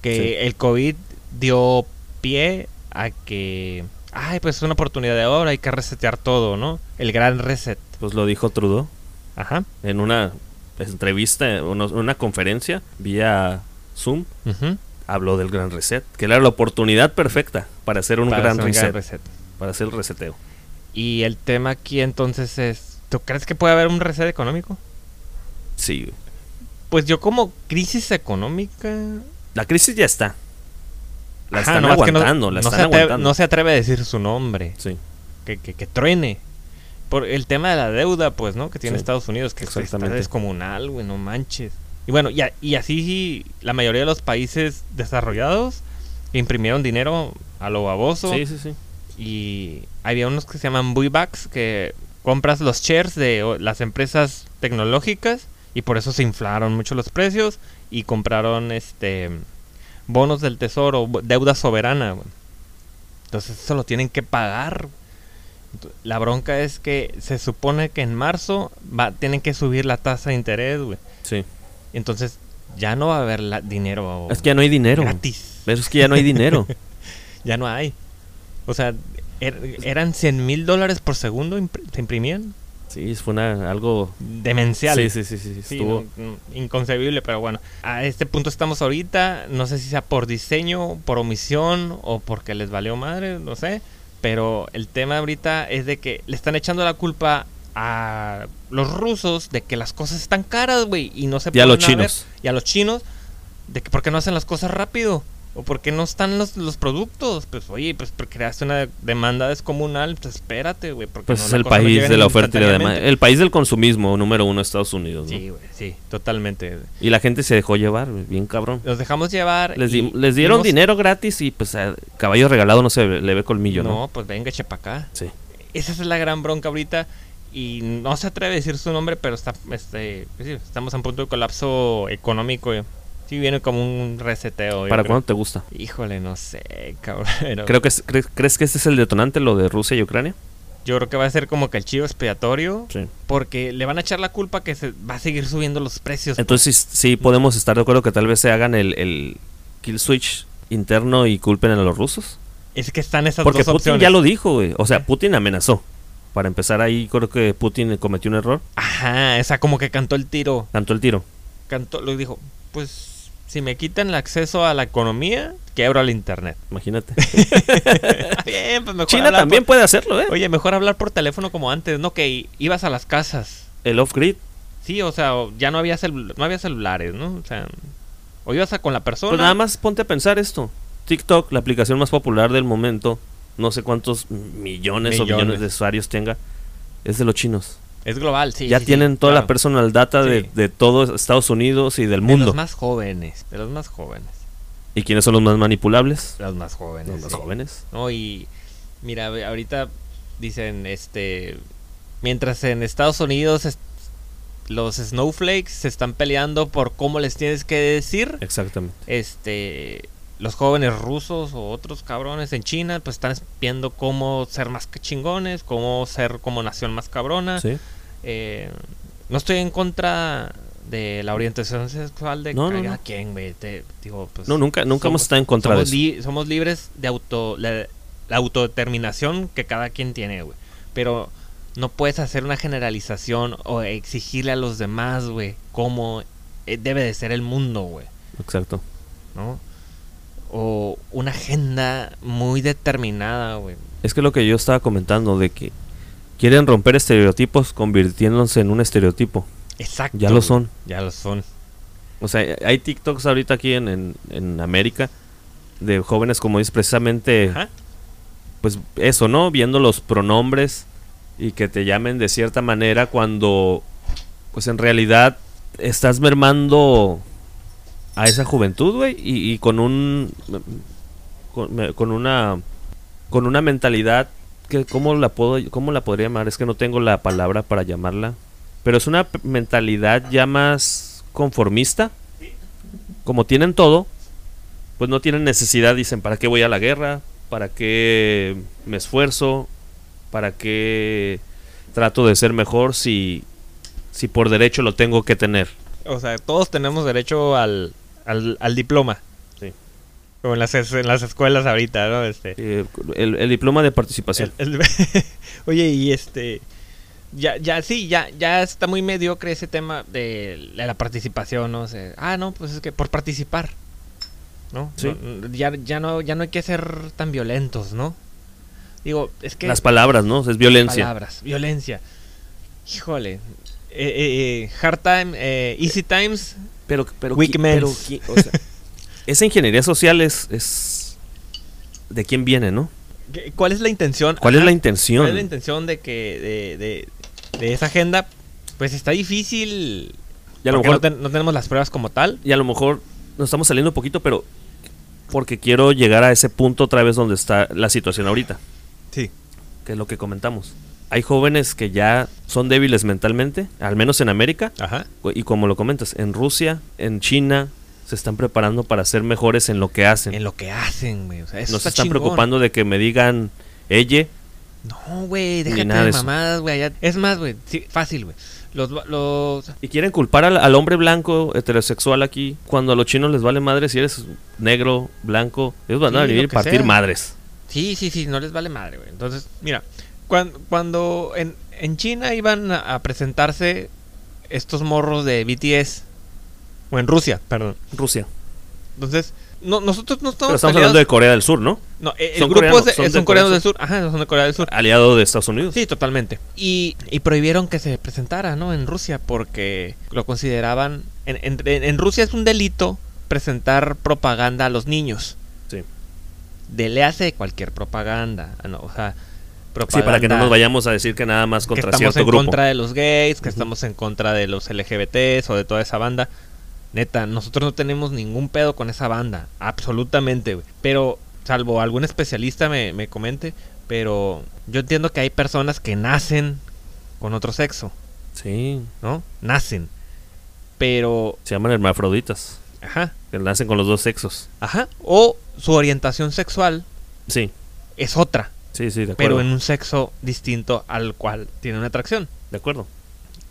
C: Que
B: Sí.
C: el COVID dio pie a que, ay, pues es una oportunidad de ahora, hay que resetear todo, ¿no? El gran reset.
B: Pues lo dijo Trudeau
C: Ajá.
B: en una entrevista, uno- una conferencia vía Zoom.
C: Ujú.
B: Habló del Gran Reset, que era la oportunidad perfecta para hacer un,
C: Para
B: gran,
C: hacer un
B: reset,
C: gran reset.
B: para hacer el reseteo.
C: Y el tema aquí entonces es, ¿tú crees que puede haber un reset económico?
B: Sí, güey.
C: Pues yo como crisis económica...
B: la crisis ya está. La
C: Ajá,
B: están
C: nomás que no-
B: aguantando, la
C: no
B: están
C: se atreve-
B: aguantando.
C: No se atreve a decir su nombre,
B: Sí,
C: que, que, que truene. Por el tema de la deuda, pues, ¿no? Que tiene
B: Sí,
C: Estados Unidos, que está
B: exactamente.
C: descomunal, güey, no manches. Y bueno, y, a- y así la mayoría de los países desarrollados imprimieron dinero a lo baboso.
B: sí, sí, sí.
C: y había unos que se llaman buybacks que compras los shares de o- las empresas tecnológicas y por eso se inflaron mucho los precios y compraron este bonos del tesoro, bo- deuda soberana. güey. Entonces eso lo tienen que pagar. Ento- La bronca es que se supone que en marzo va, tienen que subir la tasa de interés, güey.
B: sí.
C: Entonces ya no va a haber la- dinero
B: Es que ya no hay dinero.
C: Oh, gratis.
B: Pero es que ya no hay dinero.
C: Ya no hay. O sea, er- eran 100 mil dólares por segundo impr- se imprimían.
B: Sí, fue una, algo...
C: Demencial.
B: Sí, sí, sí, sí,
C: Sí,
B: estuvo...
C: no, no, inconcebible, pero bueno. A este punto estamos ahorita. No sé si sea por diseño, por omisión o porque les valió madre, no sé. Pero el tema ahorita es de que le están echando la culpa a los rusos de que las cosas están caras, güey, y no se
B: Y a los
C: ponen ver-
B: chinos.
C: y a los chinos de que por qué no hacen las cosas rápido o por qué no están los, los productos. Pues oye, pues porque creaste una demanda descomunal, pues espérate, güey, porque
B: Pues
C: no,
B: es
C: la
B: el
C: cosa no
B: país
C: llega
B: de la oferta y la
C: instantáneamente.
B: demanda. El país del consumismo, número uno, Estados Unidos. ¿no?
C: Sí, güey, sí, totalmente.
B: Y la gente se dejó llevar, güey, bien cabrón.
C: Los dejamos llevar.
B: Les,
C: Eh, y
B: di- les dieron
C: dimos-
B: dinero gratis y pues a caballo regalado no se ve- le ve colmillo, ¿no?
C: No, pues venga, chepa acá.
B: Sí.
C: Esa es la gran bronca ahorita. Y no se atreve a decir su nombre, pero está, este, pues sí, estamos a un punto de colapso económico. eh. Sí, viene como un reseteo. yo
B: ¿Para
C: creo.
B: cuándo te gusta?
C: Híjole, no sé, cabrón.
B: Creo que es- cre- ¿Crees que este es el detonante, lo de Rusia y Ucrania?
C: Yo creo que va a ser como que el chivo expiatorio.
B: Sí.
C: Porque le van a echar la culpa que se va a seguir subiendo los precios.
B: Entonces sí podemos estar de acuerdo que tal vez se hagan el, el kill switch interno y culpen a los rusos.
C: Es que están esas
B: Porque
C: dos
B: Putin
C: opciones.
B: ya lo dijo, güey. O sea,
C: ¿Eh?
B: Putin amenazó. Para empezar ahí, creo que Putin cometió un error.
C: Ajá, esa como que cantó el tiro.
B: Cantó el tiro.
C: Cantó, lo dijo, pues si me quitan el acceso a la economía, quiebro el internet.
B: Imagínate.
C: Bien, pues mejor
B: China
C: hablar
B: también puede hacerlo, ¿eh?
C: por- Oye, mejor hablar por teléfono como antes, ¿no? Que i- ibas a las casas.
B: El off-grid.
C: Sí, o sea, o- ya no había, celu- no había celulares, ¿no? O sea, o ibas a con la persona.
B: Pues nada más ponte a pensar esto. TikTok, la aplicación más popular del momento, no sé cuántos millones, o
C: Millones.
B: millones de usuarios tenga, es de los chinos.
C: Es global, sí.
B: ya
C: sí, sí,
B: tienen toda la
C: claro.
B: personal data de,
C: Sí.
B: de todo Estados Unidos y del
C: De
B: mundo.
C: los más jóvenes, de los más jóvenes.
B: ¿Y quiénes son los más manipulables?
C: Los más jóvenes.
B: Los más
C: sí.
B: jóvenes.
C: ¿no? Y mira, ve- ahorita dicen, este, mientras en Estados Unidos es- los snowflakes se están peleando por cómo les tienes que decir,
B: Exactamente.
C: este, los jóvenes rusos o otros cabrones en China, pues están viendo cómo ser más que chingones, cómo ser como nación más cabrona.
B: Sí.
C: Eh, no estoy en contra de la orientación sexual de
B: No, no,
C: cada
B: no.
C: quien, güey. te- digo, pues,
B: No, nunca, nunca hemos
C: somos-
B: estado en contra de
C: somos,
B: eso.
C: li- somos libres de auto la, la autodeterminación que cada quien tiene, güey. Pero no puedes hacer una generalización o exigirle a los demás, güey, cómo eh, debe de ser el mundo, güey,
B: Exacto.
C: ¿no? O una agenda muy determinada, güey.
B: Es que lo que yo estaba comentando de que quieren romper estereotipos convirtiéndose en un estereotipo.
C: Exacto.
B: Ya lo
C: güey.
B: son.
C: Ya lo son.
B: O sea, hay TikToks ahorita aquí en, en- en América de jóvenes, como dices, precisamente,
C: Ajá.
B: pues eso, ¿no? Viendo los pronombres y que te llamen de cierta manera cuando, pues en realidad, estás mermando a esa juventud, güey, y, y con un. Con, me- con una. Con una mentalidad que, ¿cómo la, puedo, ¿cómo la podría llamar? Es que no tengo la palabra para llamarla. Pero es una p- mentalidad ya más conformista. Como tienen todo, pues no tienen necesidad. Dicen, ¿para qué voy a la guerra? ¿Para qué me esfuerzo? ¿Para qué trato de ser mejor si, si por derecho lo tengo que tener?
C: O sea, todos tenemos derecho al, al, al diploma.
B: Sí.
C: Como en las, es- en las escuelas ahorita, ¿no? Este,
B: Eh, el, el diploma de participación.
C: El- el- Oye, y este. Ya, ya, sí, ya, ya está muy mediocre ese tema de la la participación, ¿no? O sea, ah, no, pues es que por participar. ¿No?
B: Sí.
C: No, ya, ya no, ya no hay que ser tan violentos, ¿no? Digo, es que.
B: Las palabras, ¿no? Es violencia.
C: Palabras, violencia. Híjole. Eh, eh, eh, hard time, eh, easy times.
B: Pero, pero,
C: Weak
B: qui-
C: mans.
B: pero qui- o sea, esa ingeniería social es, es de quién viene, ¿no?
C: ¿Qué- ¿Cuál es la
B: ¿Cuál
C: intención?
B: es la
C: ¿Cuál es la
B: intención?
C: intención de que de, de- de esa agenda? Pues está difícil.
B: Y a lo
C: porque
B: mejor,
C: no, ten- no tenemos las pruebas como tal.
B: y a lo mejor nos estamos saliendo un poquito, pero porque quiero llegar a ese punto otra vez donde está la situación ahorita,
C: Sí.
B: que es lo que comentamos. Hay jóvenes que ya son débiles mentalmente, al menos en América,
C: Ajá.
B: co- y como lo comentas, en Rusia, en China, se están preparando para ser mejores en lo que hacen.
C: En lo que hacen, güey. O sea, eso
B: no se
C: está
B: están
C: chingón.
B: preocupando de que me digan ella.
C: No, güey,
B: Ni
C: déjate
B: nada
C: de,
B: de eso.
C: mamadas, güey. allá- Es más, güey, sí, fácil, güey. Los, va- los...
B: Y quieren culpar al, al hombre blanco heterosexual aquí, cuando a los chinos les vale madre si eres negro, blanco, ellos van a
C: Sí, lo
B: venir a
C: que
B: partir
C: sea.
B: madres.
C: Sí, sí, sí, no les vale madre, güey. Entonces, mira, cuan- cuando, en, en China iban a, a presentarse estos morros de BTS, o en Rusia, perdón.
B: Rusia.
C: Entonces, no, nosotros no estamos,
B: Pero estamos
C: peleados-
B: hablando de Corea del Sur, ¿no?
C: No, eh, el
B: son
C: grupo
B: coreanos,
C: es de-
B: son
C: son,
B: de Corea
C: coreanos
B: del
C: del sur. Ajá, son de Corea del Sur.
B: Aliado de Estados Unidos.
C: Sí, totalmente. Y, y prohibieron que se presentara, ¿no? En Rusia porque lo consideraban... En, en- en- en Rusia es un delito presentar propaganda a los niños.
B: Sí.
C: De le hace cualquier propaganda. ah, no, o sea,
B: Sí,
C: propaganda
B: para que no nos vayamos a decir que nada más
C: que
B: contra
C: estamos
B: cierto
C: en
B: grupo.
C: contra de los gays, que
B: Ujú.
C: estamos en contra de los LGBTs o de toda esa banda. Neta, nosotros no tenemos ningún pedo con esa banda, absolutamente, güey. Pero, salvo algún especialista me, me comente, pero yo entiendo que hay personas que nacen con otro sexo,
B: Sí,
C: ¿no? Nacen. Pero,
B: se llaman hermafroditas,
C: ajá,
B: que nacen con los dos sexos.
C: ajá. O su orientación sexual
B: Sí,
C: es otra,
B: sí, sí, de acuerdo.
C: pero en un sexo distinto al cual tiene una atracción.
B: De acuerdo.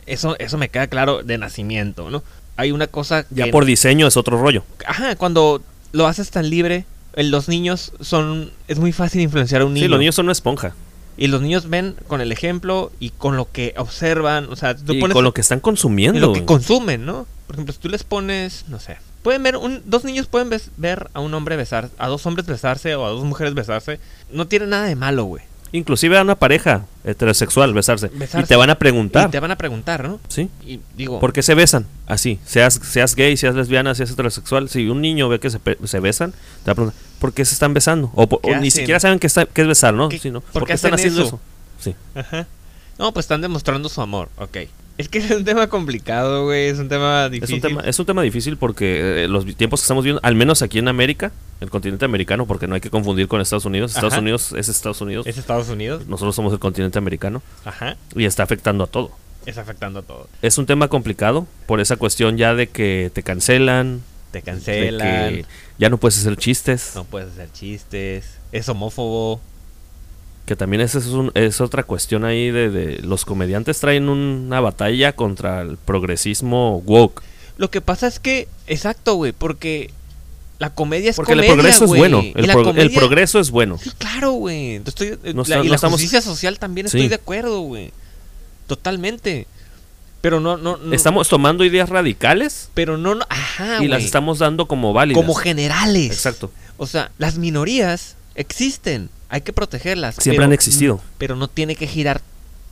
C: Eso, eso me queda claro de nacimiento, ¿no? Hay una cosa
B: Ya
C: que-
B: por diseño es otro rollo.
C: Ajá, cuando lo haces tan libre, el- los niños son... Es muy fácil influenciar a un niño.
B: Sí, los niños son una esponja.
C: Y los niños ven con el ejemplo y con lo que observan. O sea, tú
B: Y
C: pones
B: con lo que están consumiendo.
C: y lo que
B: güey.
C: consumen, ¿no? Por ejemplo, si tú les pones, no sé, pueden ver, un, dos niños pueden ves- ver a un hombre besar, a dos hombres besarse o a dos mujeres besarse, no tiene nada de malo, güey.
B: Inclusive a una pareja heterosexual besarse.
C: Besarse.
B: Y te van a preguntar.
C: Y te van a preguntar, ¿no?
B: ¿Sí?
C: Y digo,
B: ¿Por qué se besan? Así. Seas, seas gay, seas lesbiana, seas heterosexual. Si un niño ve que se, pe- se besan, te va a preguntar, ¿por qué se están besando? O, po-
C: ¿Qué
B: o ni
C: hacen?
B: siquiera saben qué, está- qué es besar, ¿no?
C: ¿Qué-
B: Sí, ¿no?
C: por
B: ¿Por,
C: qué
B: qué están
C: hacen
B: haciendo
C: eso?
B: eso? Sí.
C: ajá. No, pues están demostrando su amor, ok. Es que es un tema complicado, güey, es un tema
B: Es
C: difícil.
B: un, tema, es un tema difícil porque eh, los vi- tiempos que estamos viviendo, al menos aquí en América, el continente americano, porque no hay que confundir con Estados Unidos. Estados
C: Ajá.
B: Unidos es Estados Unidos.
C: Es Estados Unidos,
B: Nosotros somos el continente americano
C: ajá,
B: y está afectando a todo.
C: es afectando a todo.
B: Es un tema complicado por esa cuestión ya de que te cancelan,
C: Te
B: de
C: cancelan,
B: que ya no puedes hacer chistes,
C: no puedes hacer chistes, es homófobo.
B: que también esa es, un- es otra cuestión ahí de, de- los comediantes traen una batalla contra el progresismo woke.
C: Lo que pasa es que, exacto, güey, porque la comedia es
B: Porque
C: comedia,
B: el progreso es
C: güey,
B: bueno,
C: y
B: el,
C: la
B: pro- el
C: comedia-
B: progreso es bueno.
C: Sí, claro, güey. Entonces estoy- eh,
B: No
C: la-
B: está-
C: y
B: no
C: la
B: estamos-
C: justicia social también
B: Sí.
C: estoy de acuerdo, güey. Totalmente. Pero no, no, no-
B: Estamos tomando ideas radicales
C: Pero no, no- ajá,
B: y
C: Ah, güey.
B: las estamos dando como válidas.
C: Como generales.
B: Exacto.
C: O sea, las minorías existen. Hay que protegerlas.
B: Siempre
C: pero-
B: han existido.
C: Pero no tiene que girar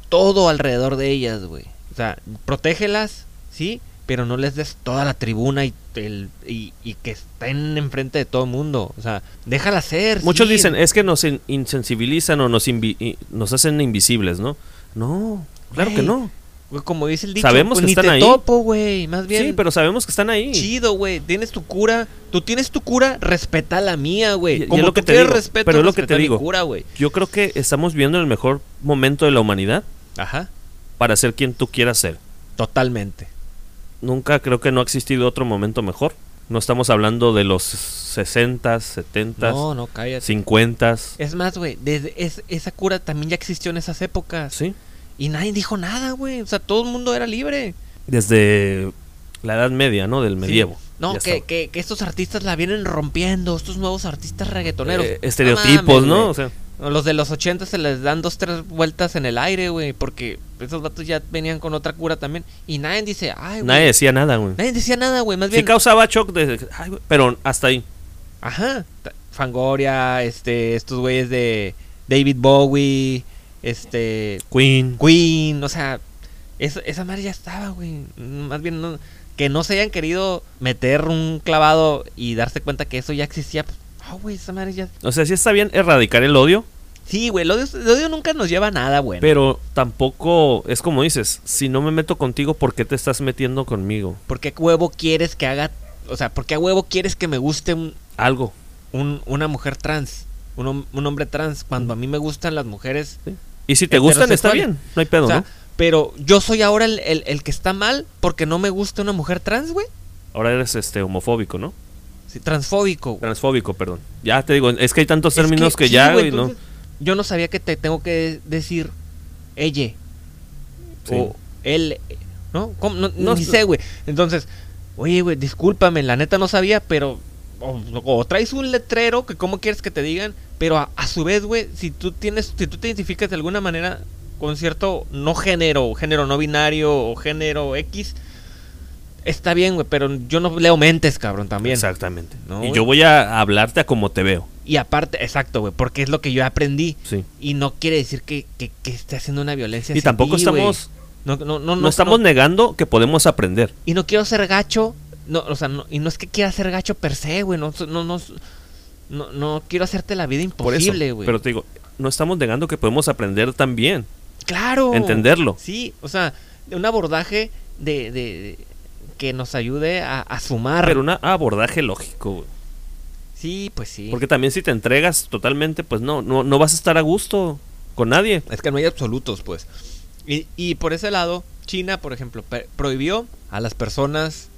C: todo alrededor de ellas, güey. O sea, protégelas, ¿sí? Pero no les des toda la tribuna y, el, y, y que estén enfrente de todo el mundo. O sea, déjalas ser.
B: Muchos
C: sí.
B: dicen, eh, es que nos in- insensibilizan o nos, invi- i- nos hacen invisibles, ¿no? No, claro que
C: Güey,
B: no.
C: Güey, como dice el dicho,
B: Sabemos
C: pues
B: que
C: ni
B: están
C: te
B: ahí.
C: topo, güey. Más bien,
B: Sí, pero sabemos que están ahí.
C: chido, güey. Tienes tu cura. Tú tienes tu cura, respeta la mía,
B: Y- y
C: güey.
B: es
C: Como
B: lo que
C: tú
B: te
C: tienes
B: digo,
C: respeto,
B: pero es lo que
C: respeta
B: te
C: mi
B: digo.
C: cura, güey.
B: Yo creo que estamos viviendo el mejor momento de la humanidad
C: Ajá.
B: para ser quien tú quieras ser.
C: Totalmente.
B: Nunca creo que no ha existido otro momento mejor. No estamos hablando de los 60, 70,
C: No, no, cállate.
B: 50.
C: Es más, güey, desde es- esa cura también ya existió en esas épocas.
B: Sí.
C: Y nadie dijo nada, güey. O sea, todo el mundo era libre.
B: Desde la Edad Media, ¿no? Del medievo.
C: Sí. No,
B: Ya
C: que,
B: estaba.
C: que- que estos artistas la vienen rompiendo. Estos nuevos artistas reggaetoneros.
B: Eh,
C: No
B: estereotipos,
C: mames,
B: ¿no?
C: güey.
B: O sea,
C: A Los de los 80 se les dan dos, tres vueltas en el aire, güey, porque esos vatos ya venían con otra cura también. Y nadie dice, ay, güey.
B: nadie decía nada, güey.
C: Nadie decía nada, güey, más
B: Sí
C: bien.
B: causaba shock, de, ay, güey, pero hasta ahí.
C: Ajá. ta- Fangoria, este, estos güeyes de David Bowie, este,
B: Queen.
C: Queen, o sea, eso- esa madre ya estaba, güey. Más bien, no- que no se hayan querido meter un clavado y darse cuenta que eso ya existía. pues, Ah, güey, esa madre ya.
B: O sea, sí está bien erradicar el odio,
C: Sí, güey, el odio, el odio nunca nos lleva a nada, güey.
B: pero tampoco es como dices, si no me meto contigo, ¿por qué te estás metiendo conmigo?
C: ¿Por qué a huevo quieres que haga, o sea, por qué a huevo quieres que me guste un,
B: Algo.
C: un- una mujer trans, un, hom- un hombre trans, cuando a mí me gustan las mujeres?
B: Y si te gustan, está
C: Heterosexual.
B: bien, no hay pedo,
C: o sea,
B: ¿no?
C: pero yo soy ahora el, el- el que está mal porque no me gusta una mujer trans, güey.
B: Ahora eres este homofóbico, ¿no?
C: Sí, transfóbico, güey.
B: Transfóbico, perdón. Ya te digo, es que hay tantos
C: Es
B: términos que,
C: sí,
B: ya, güey,
C: güey,
B: ¿no?
C: entonces, Yo no sabía que te tengo que decir ella
B: Sí.
C: o él, eh, ¿no? ¿Cómo? No,
B: No,
C: ni
B: no.
C: sé, güey. Entonces, oye, güey, discúlpame, la neta no sabía, pero o, o traes un letrero que cómo quieres que te digan, pero a, a su vez, güey, si tú tienes si tú te identificas de alguna manera con cierto no género, género no binario o género X, está bien, güey, pero yo no leo mentes, cabrón, también.
B: Exactamente.
C: No,
B: y
C: güey.
B: yo voy a hablarte a como te veo.
C: Y aparte, exacto, güey, porque es lo que yo aprendí.
B: Sí.
C: Y no quiere decir que, que, que esté haciendo una violencia.
B: Y
C: hacia
B: tampoco
C: ti,
B: estamos-
C: güey. No, no, no,
B: No,
C: no-
B: estamos
C: no-
B: negando que podemos aprender.
C: y no quiero ser gacho. No, o sea, no- y no es que quiera ser gacho per se, güey. No, so- no, no, so- no, no quiero hacerte la vida
B: Por
C: imposible,
B: eso.
C: güey.
B: Pero te digo, no estamos negando que podemos aprender también.
C: Claro.
B: Entenderlo.
C: Sí, o sea, de un abordaje de, de- de- que nos ayude a, a sumar.
B: Pero un abordaje lógico, güey.
C: Sí, pues sí.
B: Porque también si te entregas totalmente, pues no, no, no vas a estar a gusto con nadie.
C: Es que no hay absolutos, pues. Y, y por ese lado, China, por ejemplo, pe- prohibió a las personas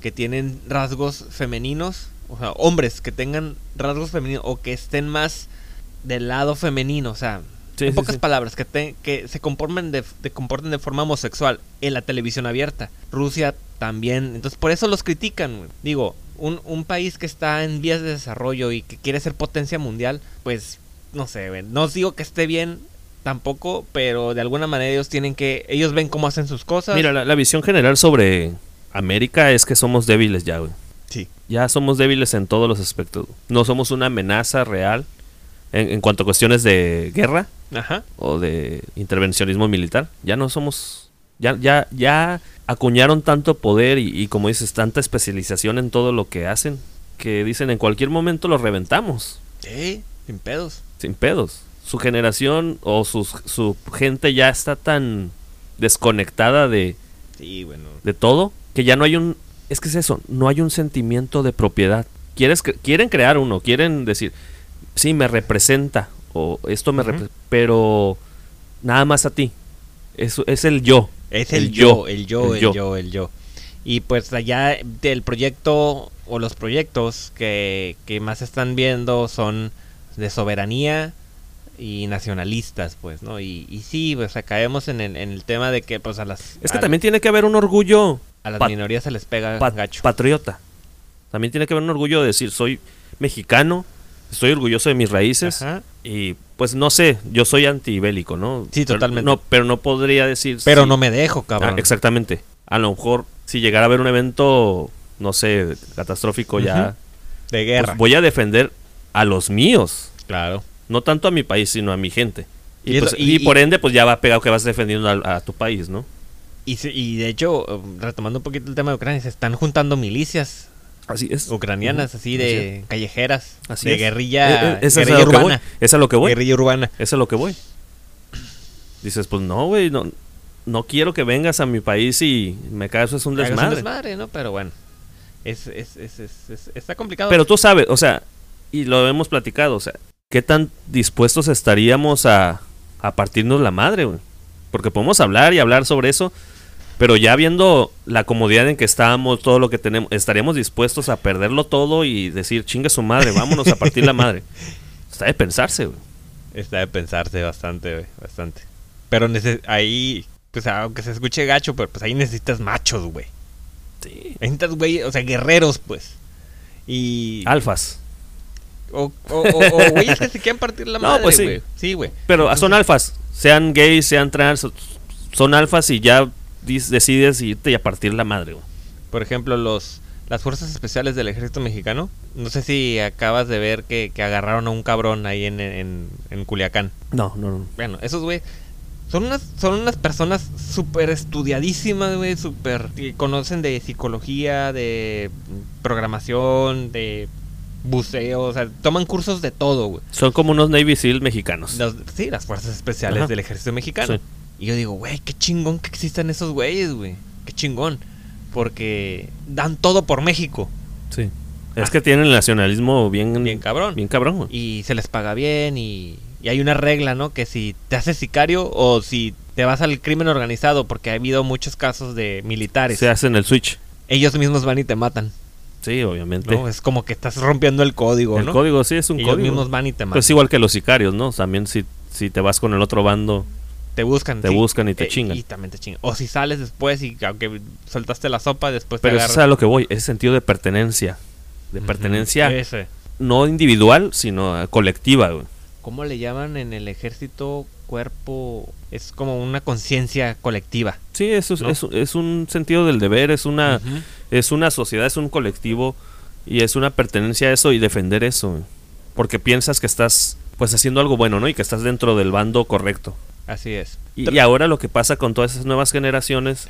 C: que tienen rasgos femeninos, o sea, hombres que tengan rasgos femeninos o que estén más del lado femenino, o sea,
B: Sí,
C: en
B: sí,
C: pocas
B: sí.
C: palabras, que, te- que se comporten de, de, comporten de forma homosexual en la televisión abierta. Rusia también, entonces por eso los critican, güey. Digo, un, un país que está en vías de desarrollo y que quiere ser potencia mundial, pues no sé, güey. No os digo que esté bien tampoco, pero de alguna manera ellos tienen que. Ellos ven cómo hacen sus cosas.
B: Mira, la, la visión general sobre América es que somos débiles ya, güey.
C: Sí.
B: Ya somos débiles en todos los aspectos. güey. No somos una amenaza real en, en cuanto a cuestiones de guerra
C: Ajá.
B: o de intervencionismo militar. Ya no somos. Ya, ya, ya acuñaron tanto poder y, y, como dices, tanta especialización en todo lo que hacen que dicen en cualquier momento los reventamos.
C: Sí, sin pedos.
B: sin pedos. Su generación o sus, su gente ya está tan desconectada de,
C: Sí, bueno.
B: de todo que ya no hay un... Es que es eso, no hay un sentimiento de propiedad. Quieres, cre- quieren crear uno, quieren decir, sí, me representa o esto me
C: Ujú.
B: repre- pero nada más a ti. Es, es el yo.
C: Es
B: El
C: el,
B: yo,
C: yo, el yo,
B: el
C: el,
B: yo.
C: yo. el yo. Y pues allá del proyecto o los proyectos que, que más están viendo son de soberanía y nacionalistas, pues, ¿no? Y, y sí, pues caemos en el, en el tema de que pues a las,
B: Es que
C: a-
B: también tiene que haber un orgullo
C: a las
B: pat-
C: minorías se les pega
B: pa-
C: Ah, gacho.
B: patriota. También tiene que haber un orgullo de decir, soy mexicano, estoy orgulloso de mis raíces.
C: Ajá.
B: Y pues no sé, yo soy antibélico, ¿no?
C: Sí,
B: Pero-
C: totalmente.
B: no, pero no podría decir.
C: Pero
B: sí.
C: no me dejo,
B: Ah,
C: cabrón.
B: exactamente. A lo mejor si llegara a haber un evento, no sé, catastrófico ya.
C: de
B: pues,
C: guerra.
B: voy a defender a los míos.
C: claro.
B: No tanto a mi país, sino a mi gente. Y,
C: Y eso-
B: pues-
C: y-
B: y por ende, pues ya va pegado que vas defendiendo a, a tu país, ¿no?
C: Y, se- y de hecho, um, retomando un poquito el tema de Ucrania, se están juntando milicias
B: Así es.
C: ucranianas, así de callejeras,
B: Así
C: de
B: es.
C: guerrilla,
B: Eh, eh, es, a
C: guerrilla
B: lo que voy.
C: urbana.
B: Es a lo que voy.
C: Guerrilla urbana.
B: Es a lo que voy. Dices, pues no, güey, no, no quiero que vengas a mi país y me caso es un
C: Hagas un
B: desmadre.
C: desmadre, ¿no? Pero bueno, es, es, es, es- es- está complicado.
B: Pero tú sabes, o sea, y lo hemos platicado, o sea, ¿qué tan dispuestos estaríamos a, a partirnos la madre, güey? Porque podemos hablar y hablar sobre eso, pero ya viendo la comodidad en que estamos, todo lo que tenemos, estaríamos dispuestos a perderlo todo y decir, chingue su madre, vámonos a partir la madre. Está de pensarse, güey.
C: Está de pensarse bastante, güey, bastante. Pero nece- ahí, pues aunque se escuche gacho, pero pues ahí necesitas machos, güey.
B: Sí.
C: Necesitas, güey, o sea, guerreros, pues. Y...
B: Alfas.
C: O, o, o- o güeyes que se quieren partir la
B: No,
C: madre,
B: pues sí.
C: güey. Sí, güey.
B: Pero son alfas, sean gays, sean trans, son alfas y ya dis- decides irte y a partir la madre, güey.
C: Por ejemplo, los las fuerzas especiales del ejército mexicano. No sé si acabas de ver que, que agarraron a un cabrón ahí en, en, en Culiacán.
B: No, no, no.
C: Bueno, esos güey son unas son unas personas súper estudiadísimas, güey, súper que conocen de psicología, de programación, de buceo, o sea, toman cursos de todo, güey.
B: Son como unos Navy SEAL mexicanos.
C: Las- sí, las fuerzas especiales
B: Ajá.
C: del ejército mexicano.
B: Sí.
C: Y yo digo, güey, qué chingón que existan esos güeyes, güey. Qué chingón. Porque dan todo por México.
B: Sí. Es que tienen el nacionalismo bien,
C: Bien cabrón.
B: Bien cabrón, güey.
C: Y se les paga bien y, y hay una regla, ¿no? Que si te haces sicario o si te vas al crimen organizado, porque ha habido muchos casos de militares,
B: Se hacen el switch.
C: ellos mismos van y te matan.
B: Sí, obviamente.
C: ¿no? Es como que estás rompiendo el código,
B: el
C: ¿no?
B: código sí es un
C: ellos
B: código. Pues
C: mismos van y te
B: Pero
C: matan.
B: es igual que los sicarios, ¿no? También si, si te vas con el otro bando.
C: Te buscan. Eh,
B: Te buscan y te chingan.
C: Y también te chingan. O si sales después y aunque soltaste la sopa, después
B: Pero
C: te
B: eso es
C: agarran.
B: a lo que voy. Ese sentido de pertenencia. De pertenencia
C: Ujú, ese.
B: no individual, sino eh, colectiva, güey.
C: ¿Cómo le llaman en el ejército cuerpo? Es como una conciencia colectiva.
B: Sí, eso es,
C: ¿No?
B: es, es un sentido del deber, es una,
C: Ujú.
B: es una sociedad, es un colectivo y es una pertenencia a eso y defender eso. güey. Porque piensas que estás pues haciendo algo bueno, ¿no? Y que estás dentro del bando correcto.
C: Así es.
B: Y, y ahora lo que pasa con todas esas nuevas generaciones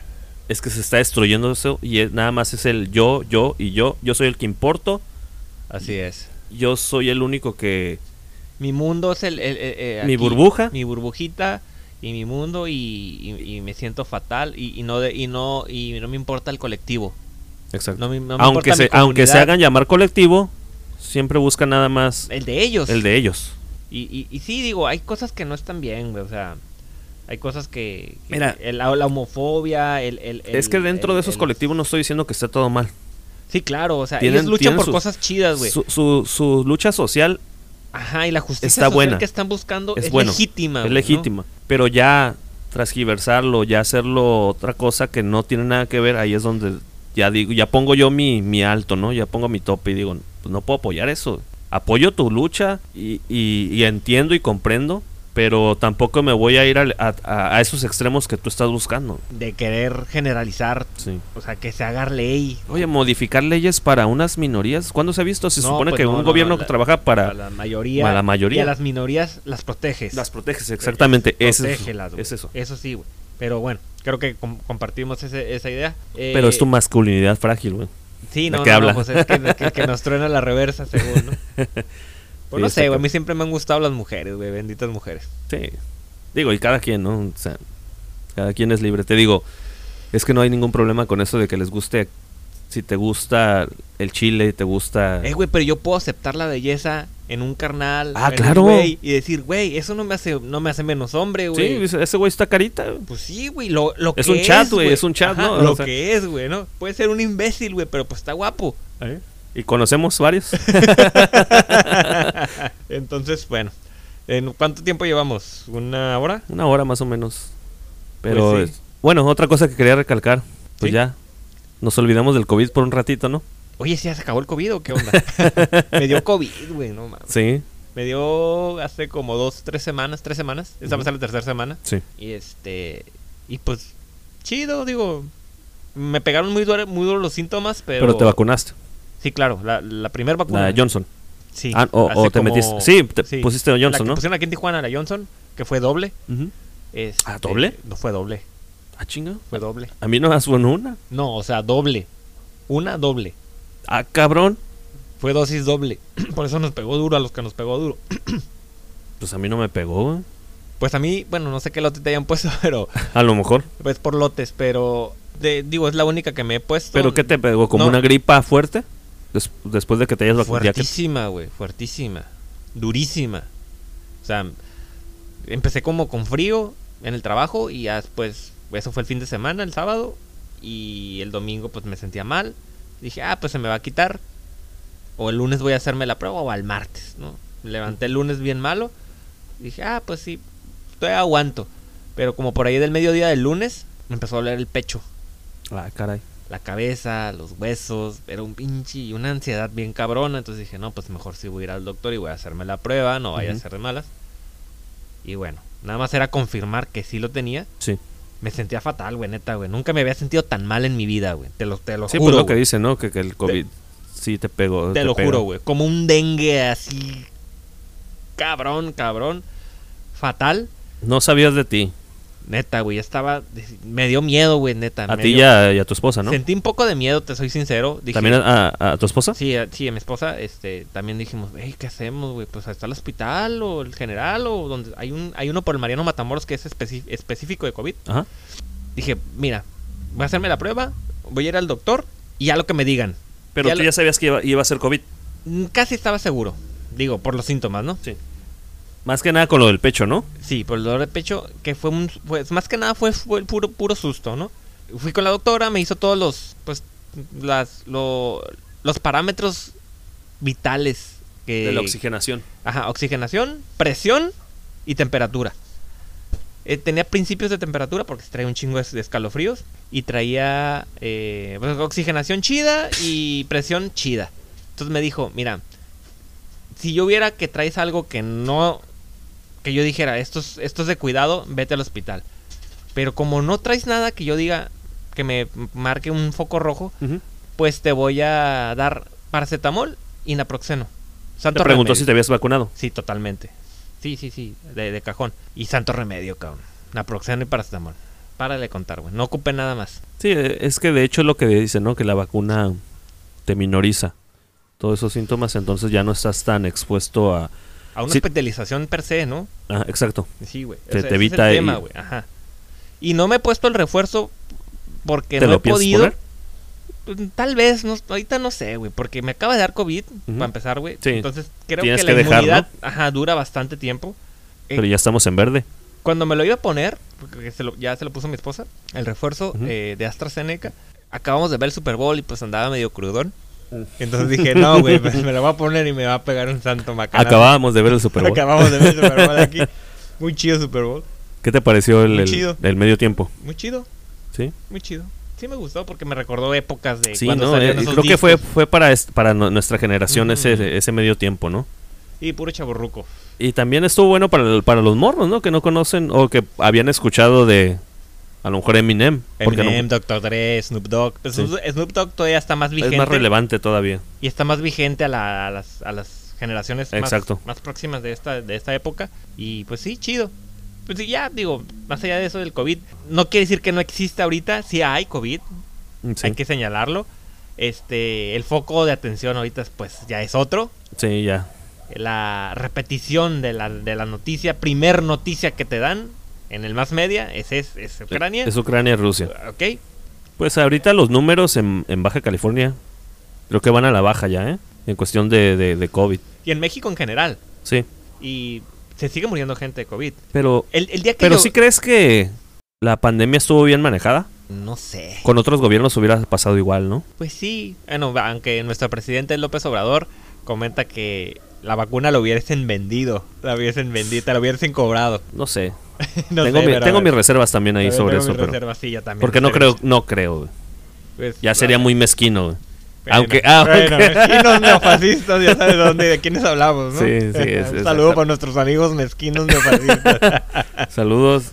B: es que se está destruyendo eso y es- nada más es el yo, yo y yo. Yo soy el que importo,
C: Así es.
B: yo soy el único que...
C: Mi mundo es el... el- el- el-
B: Mi
C: aquí,
B: burbuja.
C: Mi burbujita y mi mundo y, y- y me siento fatal y, y no de, y no y no me importa el colectivo.
B: Exacto.
C: No me, no me
B: aunque,
C: importa
B: se,
C: mi
B: aunque se
C: comunidad,
B: hagan llamar colectivo, siempre buscan nada más
C: El de ellos.
B: el de ellos.
C: Y, y, y sí, digo, hay cosas que no están bien, güey, o sea... Hay cosas que... que-
B: Mira.
C: el- la, la homofobia, el... el-
B: es que
C: el-
B: dentro de
C: el-
B: esos
C: el-
B: colectivos no estoy diciendo que esté todo mal.
C: Sí, claro, o sea,
B: Tienen-
C: ellos luchan
B: tienen
C: por
B: sus-
C: cosas chidas, güey.
B: Su, su, su lucha social
C: Ajá, y la justicia
B: Está
C: social
B: buena.
C: que están buscando
B: Es
C: es,
B: bueno,
C: legítima.
B: es
C: güey, ¿no?
B: legítima, pero ya transgiversarlo, ya hacerlo otra cosa que no tiene nada que ver, ahí es donde ya digo, ya pongo yo mi, mi alto, ¿no? Ya pongo mi tope y digo, pues no puedo apoyar eso. Apoyo tu lucha y, y, y entiendo y comprendo, pero tampoco me voy a ir al- a, a- a esos extremos que tú estás buscando.
C: de querer generalizar,
B: Sí.
C: o sea, que se haga ley.
B: Oye, modificar leyes para unas minorías, ¿cuándo se ha visto? Se
C: No,
B: supone
C: pues
B: que
C: no,
B: un
C: no,
B: gobierno
C: no,
B: que
C: la-
B: trabaja para...
C: a la mayoría,
B: a la mayoría.
C: y a las minorías las proteges.
B: Las proteges, exactamente. Ese es-
C: Protégelas, güey.
B: es eso.
C: Eso sí, güey. Pero bueno, creo que com- compartimos ese- esa idea. Eh,
B: Pero es tu masculinidad frágil, güey.
C: Sí,
B: ¿De
C: no,
B: qué
C: no,
B: habla?
C: no, pues es que, que- que nos truena la reversa, según, ¿no? Pues no
B: Sí, está
C: sé, güey, a
B: cabrón.
C: mí siempre me han gustado las mujeres, güey, benditas mujeres.
B: Sí. Digo, y cada quien, ¿no? O sea, cada quien es libre. Te digo, es que no hay ningún problema con eso de que les guste. Si te gusta el chile, te gusta.
C: Eh, güey, pero yo puedo aceptar la belleza en un carnal,
B: Ah,
C: en un
B: claro.
C: güey, y decir, güey, eso no me hace no me hace menos hombre,
B: sí,
C: güey.
B: ese- ese güey está carita.
C: Pues sí, güey, lo, lo que
B: Es un chat, güey,
C: güey.
B: es un chat,
C: Ajá,
B: ¿no?
C: Lo
B: O sea-
C: que es, güey, ¿no? Puede ser un imbécil, güey, pero pues está guapo.
B: Y conocemos varios.
C: Entonces, bueno, ¿en cuánto tiempo llevamos? ¿Una hora?
B: Una hora más o menos. Pero.
C: Pues sí.
B: es- Bueno, otra cosa que quería recalcar. Pues
C: Sí.
B: ya. Nos olvidamos del COVID por un ratito, ¿no?
C: Oye, ¿sí ¿ya se acabó el COVID o qué onda? me dio COVID, güey, no mames.
B: Sí,
C: Me dio hace como dos, tres semanas, tres semanas. Esta va a ser la tercera semana.
B: sí.
C: Y este. Y pues, chido, digo. Me pegaron muy duro, muy duro los síntomas, pero.
B: Pero, te vacunaste.
C: Sí, claro, la, la primera vacuna.
B: La Johnson.
C: Sí.
B: Ah, o-
C: hace
B: o te
C: como-
B: metiste- sí, te pusiste la
C: que
B: Johnson, ¿no?
C: pusieron aquí en Tijuana, la Johnson, que fue doble.
B: Ujú.
C: este,
B: Ah, ¿doble?
C: No fue doble,
B: Ah, chinga.
C: fue doble.
B: A mí no me suena una.
C: No, o sea, doble. Una doble.
B: Ah, cabrón.
C: Fue dosis doble. Por eso nos pegó duro a los que nos pegó duro.
B: Pues a mí no me pegó, güey.
C: Pues a mí, bueno, no sé qué lote te hayan puesto, pero.
B: A lo mejor.
C: Pues por lotes, pero. de- digo, es la única que me he puesto.
B: ¿Pero qué te pegó? ¿Como
C: no.
B: una gripa fuerte? Des- después de que te hayas vacunado. ya que-
C: Fuertísima, güey, fuertísima. Durísima. O sea, empecé como con frío en el trabajo y ya después, eso fue el fin de semana, el sábado, y el domingo pues me sentía mal. Dije, ah, pues se me va a quitar. O el lunes voy a hacerme la prueba o al martes, ¿no? Me Levanté el lunes bien malo. Dije, ah, pues sí, todavía aguanto. Pero como por ahí del mediodía del lunes, me empezó a doler el pecho
B: Ah, caray.
C: la cabeza, los huesos, era un pinche y una ansiedad bien cabrona. Entonces dije, no, pues mejor si voy a ir al doctor y voy a hacerme la prueba, no vaya
B: Ujú.
C: a ser de malas. Y bueno, nada más era confirmar que sí lo tenía.
B: Sí.
C: Me sentía fatal, güey, neta, güey. Nunca me había sentido tan mal en mi vida, güey. Te lo, te lo
B: Sí,
C: juro.
B: pues lo que
C: güey.
B: dice, ¿no? Que, que el COVID sí te pegó.
C: Te lo
B: pega.
C: juro, güey. Como un dengue así. Cabrón, cabrón. Fatal.
B: No sabías de ti.
C: Neta, güey. ya Estaba. Me dio miedo, güey, neta.
B: A
C: me
B: ti
C: dio-
B: y a, y a tu esposa, ¿no?
C: Sentí un poco de miedo, te soy sincero. Dije,
B: ¿También a, a- a tu esposa?
C: Sí, a- sí, a mi esposa, este, también dijimos, hey, ¿qué hacemos, güey? Pues está el hospital o el general o donde hay un, hay uno por el Mariano Matamoros que es especi- específico de COVID.
B: Ajá.
C: Dije, mira, voy a hacerme la prueba, voy a ir al doctor y ya lo que me digan.
B: Pero
C: Ya
B: tú
C: lo-
B: ya sabías que iba, iba a ser COVID.
C: Mm, Casi estaba seguro, digo, por los síntomas, ¿no?
B: Sí. Más que nada con lo del pecho, ¿no?
C: Sí, por el dolor de pecho, que fue un, fue- más que nada fue, fue el puro, puro susto, ¿no? Fui con la doctora, me hizo todos los, pues, las, lo- los parámetros vitales que...
B: De la oxigenación.
C: Ajá, oxigenación, presión y temperatura. Eh, tenía principios de temperatura porque traía un chingo de de escalofríos y traía eh, pues, oxigenación chida y presión chida. Entonces me dijo, mira, si yo viera que traes algo que no, que yo dijera, esto es, esto es de cuidado, vete al hospital. Pero como no traes nada que yo diga, que me marque un foco rojo,
B: Ujú.
C: pues te voy a dar paracetamol y naproxeno. Santo
B: Te preguntó
C: remedio.
B: si te habías vacunado.
C: Sí, totalmente. Sí, sí, sí, de, de cajón. Y santo remedio, cabrón. Naproxeno y paracetamol. Párale de contar, güey. No ocupé nada más.
B: Sí, eh, es que de hecho es lo que dicen, ¿no? Que la vacuna te minoriza todos esos síntomas, entonces ya no estás tan expuesto a...
C: A una
B: Sí.
C: hospitalización per se, ¿no?
B: Ah, exacto.
C: Sí, güey.
B: Te-
C: O sea,
B: te
C: ese es
B: evita
C: el
B: y-
C: tema, güey. Ajá. Y no me he puesto el refuerzo porque
B: ¿Te
C: no
B: lo
C: he
B: piensas
C: podido. eh,
B: poner?
C: Pues, Tal vez, no, ahorita no sé, güey, porque me acaba de dar COVID,
B: Ujú.
C: para empezar, güey.
B: Sí.
C: Entonces creo que,
B: Tienes
C: la
B: que dejar,
C: inmunidad ajá, dura bastante tiempo. Eh,
B: Pero ya estamos en verde.
C: Cuando me lo iba a poner, porque se lo- ya se lo puso mi esposa, el refuerzo
B: Ujú.
C: eh, de AstraZeneca, acabamos de ver el Super Bowl y pues andaba medio crudón. Entonces dije, no, güey, pues, me lo voy a poner y me va a pegar un santo macana.
B: Acabábamos de ver el Super Bowl.
C: Acabamos de ver el Super Bowl aquí. Muy chido Super Bowl.
B: ¿Qué te pareció el,
C: Muy
B: el-
C: chido.
B: el medio tiempo?
C: Muy chido,
B: ¿Sí?
C: muy chido. sí me gustó porque me recordó épocas de
B: Sí,
C: cuando
B: no,
C: salían
B: eh,
C: esos
B: creo que fue,
C: discos.
B: fue para, es- para nu- nuestra generación
C: Ujú.
B: ese, ese medio tiempo, ¿no?
C: Y puro chaborruco.
B: Y también estuvo bueno para, el- para los morros, ¿no? Que no conocen o que habían escuchado de a lo mejor Eminem. porque a lo
C: Eminem,
B: mejor
C: Dr. Dre, Snoop Dogg. Pues
B: Sí.
C: Snoop- Snoop Dogg todavía está más vigente.
B: es más relevante todavía.
C: Y está más vigente a, la- a las, a las generaciones más-
B: Exacto.
C: Más, próximas de esta, de esta época. Y pues sí, chido. Pues sí, ya digo, más allá de eso del COVID, no quiere decir que no exista ahorita. Sí hay COVID,
B: Sí,
C: hay que señalarlo. Este, el foco de atención ahorita es, pues ya es otro.
B: sí, ya.
C: La repetición de la, de la noticia, primer noticia que te dan en el más media, es, es, es Ucrania.
B: Es Ucrania, Rusia.
C: Ok,
B: Pues ahorita los números en, en Baja California creo que van a la baja ya, ¿eh? En cuestión de, de, de COVID.
C: y en México en general.
B: Sí.
C: Y se sigue muriendo gente de COVID.
B: Pero,
C: El, el día que
B: pero
C: yo-
B: ¿sí crees que la pandemia estuvo bien manejada?
C: No sé.
B: Con otros gobiernos hubiera pasado igual, ¿no?
C: Pues sí. Bueno, aunque nuestro presidente López Obrador comenta que la vacuna la hubiesen vendido. La hubiesen vendida, la hubiesen cobrado.
B: No sé.
C: No
B: tengo
C: sé,
B: mi-
C: pero a
B: tengo
C: ver.
B: mis reservas también ahí
C: También
B: sobre
C: tengo
B: eso,
C: mis
B: pero...
C: reservas, sí, yo también.
B: Porque no
C: Pero-
B: creo, no creo, güey.
C: pues,
B: Ya
C: la-
B: sería muy mezquino, güey.
C: bueno,
B: aunque- ah,
C: bueno,
B: aunque-
C: mezquinos neofascistas, ya sabes dónde, de quiénes hablamos, ¿no?
B: Sí, sí, es-
C: Un
B: es-
C: saludo para nuestros amigos mezquinos neofascistas.
B: Saludos,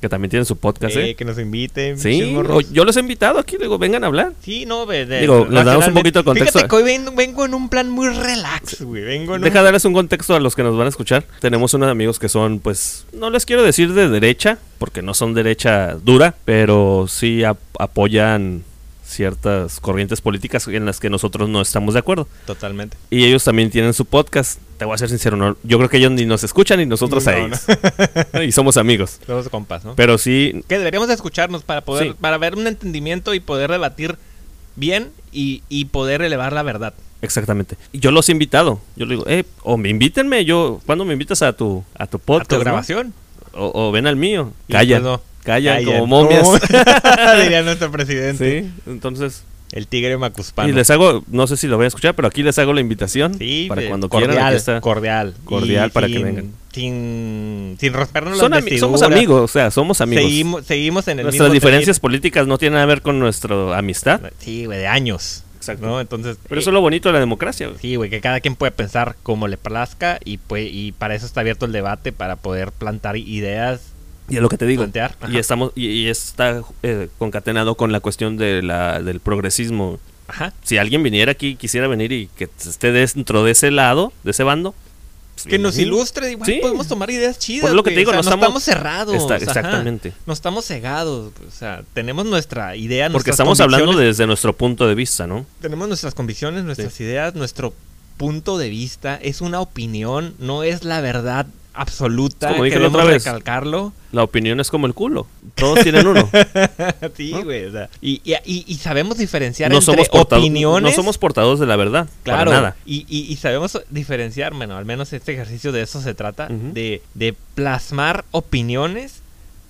B: que también tienen su podcast,
C: Eh,
B: ¿eh?
C: que nos inviten.
B: Sí,
C: pinches morros.
B: o- yo los he invitado aquí, digo, vengan a hablar.
C: Sí, no, ve- de-
B: Digo, nos damos un
C: racionalmente-
B: poquito de contexto.
C: Fíjate que hoy ven- vengo, en un plan muy relax, güey. Vengo en
B: Deja
C: un...
B: darles un contexto a los que nos van a escuchar. Tenemos unos amigos que son, pues, no les quiero decir de derecha, porque no son derecha dura, pero sí ap- apoyan ciertas corrientes políticas en las que nosotros no estamos de acuerdo.
C: Totalmente.
B: Y ellos también tienen su podcast. Te voy a ser sincero, no- yo creo que ellos ni nos escuchan ni nosotros a
C: No,
B: ellos. y somos amigos.
C: Todos compas, ¿no?
B: Pero sí,
C: que deberíamos de escucharnos para poder,
B: Sí.
C: para ver un entendimiento y poder debatir bien y, y poder elevar la verdad.
B: Exactamente. Y Yo los he invitado. Yo le digo, eh, o me invítenme, yo, ¿cuándo me invitas a tu, a tu
C: A
B: podcast?
C: tu
B: no?
C: grabación.
B: O, o ven al mío.
C: Y
B: Callan.
C: pues no.
B: callan,
C: Callan.
B: como momias.
C: Diría nuestro presidente.
B: sí, entonces.
C: El tigre macuspano.
B: Y les hago, no sé si lo voy a escuchar, pero aquí les hago la invitación.
C: Sí,
B: para
C: eh,
B: cuando
C: cordial,
B: quieran. aquí está.
C: cordial.
B: Cordial
C: Y
B: para que
C: sin-
B: vengan.
C: Sin, sin rompernos
B: Son
C: las
B: ami- somos
C: vestiduras.
B: amigos, o sea, somos amigos.
C: Seguimos, seguimos en el
B: Nuestras
C: mismo
B: diferencias políticas no tienen nada que ver con nuestra amistad.
C: tren. Sí, güey, de años.
B: Exacto.
C: ¿no? Entonces,
B: Pero
C: eh,
B: eso es lo bonito de la democracia. güey.
C: Sí, güey, que cada quien puede pensar como le plazca y pues y para eso está abierto el debate, para poder plantar ideas,
B: Y es lo que te digo.
C: plantear. Ajá.
B: Y estamos y, y está eh, concatenado con la cuestión de la, del progresismo.
C: Ajá.
B: si alguien viniera aquí, quisiera venir y que esté dentro de ese lado, de ese bando. pues,
C: Que nos
B: bienvenido.
C: ilustre, igual
B: Sí.
C: podemos tomar ideas chidas.
B: Pues es lo que
C: güey,
B: te digo,
C: o
B: no
C: sea, no
B: estamos-
C: estamos, cerrados.
B: Está-
C: ajá.
B: exactamente.
C: No estamos cegados, o sea, tenemos nuestra idea,
B: Porque
C: nuestras
B: estamos hablando
C: convicciones-
B: desde nuestro punto de vista, ¿no?
C: Tenemos nuestras convicciones, nuestras ideas, nuestro punto de vista, es una opinión, no es la verdad absoluta.
B: Como dije la
C: Queremos
B: otra vez.
C: recalcarlo.
B: La opinión es como el culo. Todos tienen uno.
C: sí,
B: ¿No?
C: güey, o sea, y, y- y- y sabemos diferenciar
B: no,
C: entre
B: somos portado-
C: opiniones.
B: no somos portadores de la verdad. Claro.
C: Claro,
B: nada.
C: Y, y- y sabemos diferenciar, bueno, al menos este ejercicio de eso se trata,
B: Ujú.
C: de, de plasmar opiniones,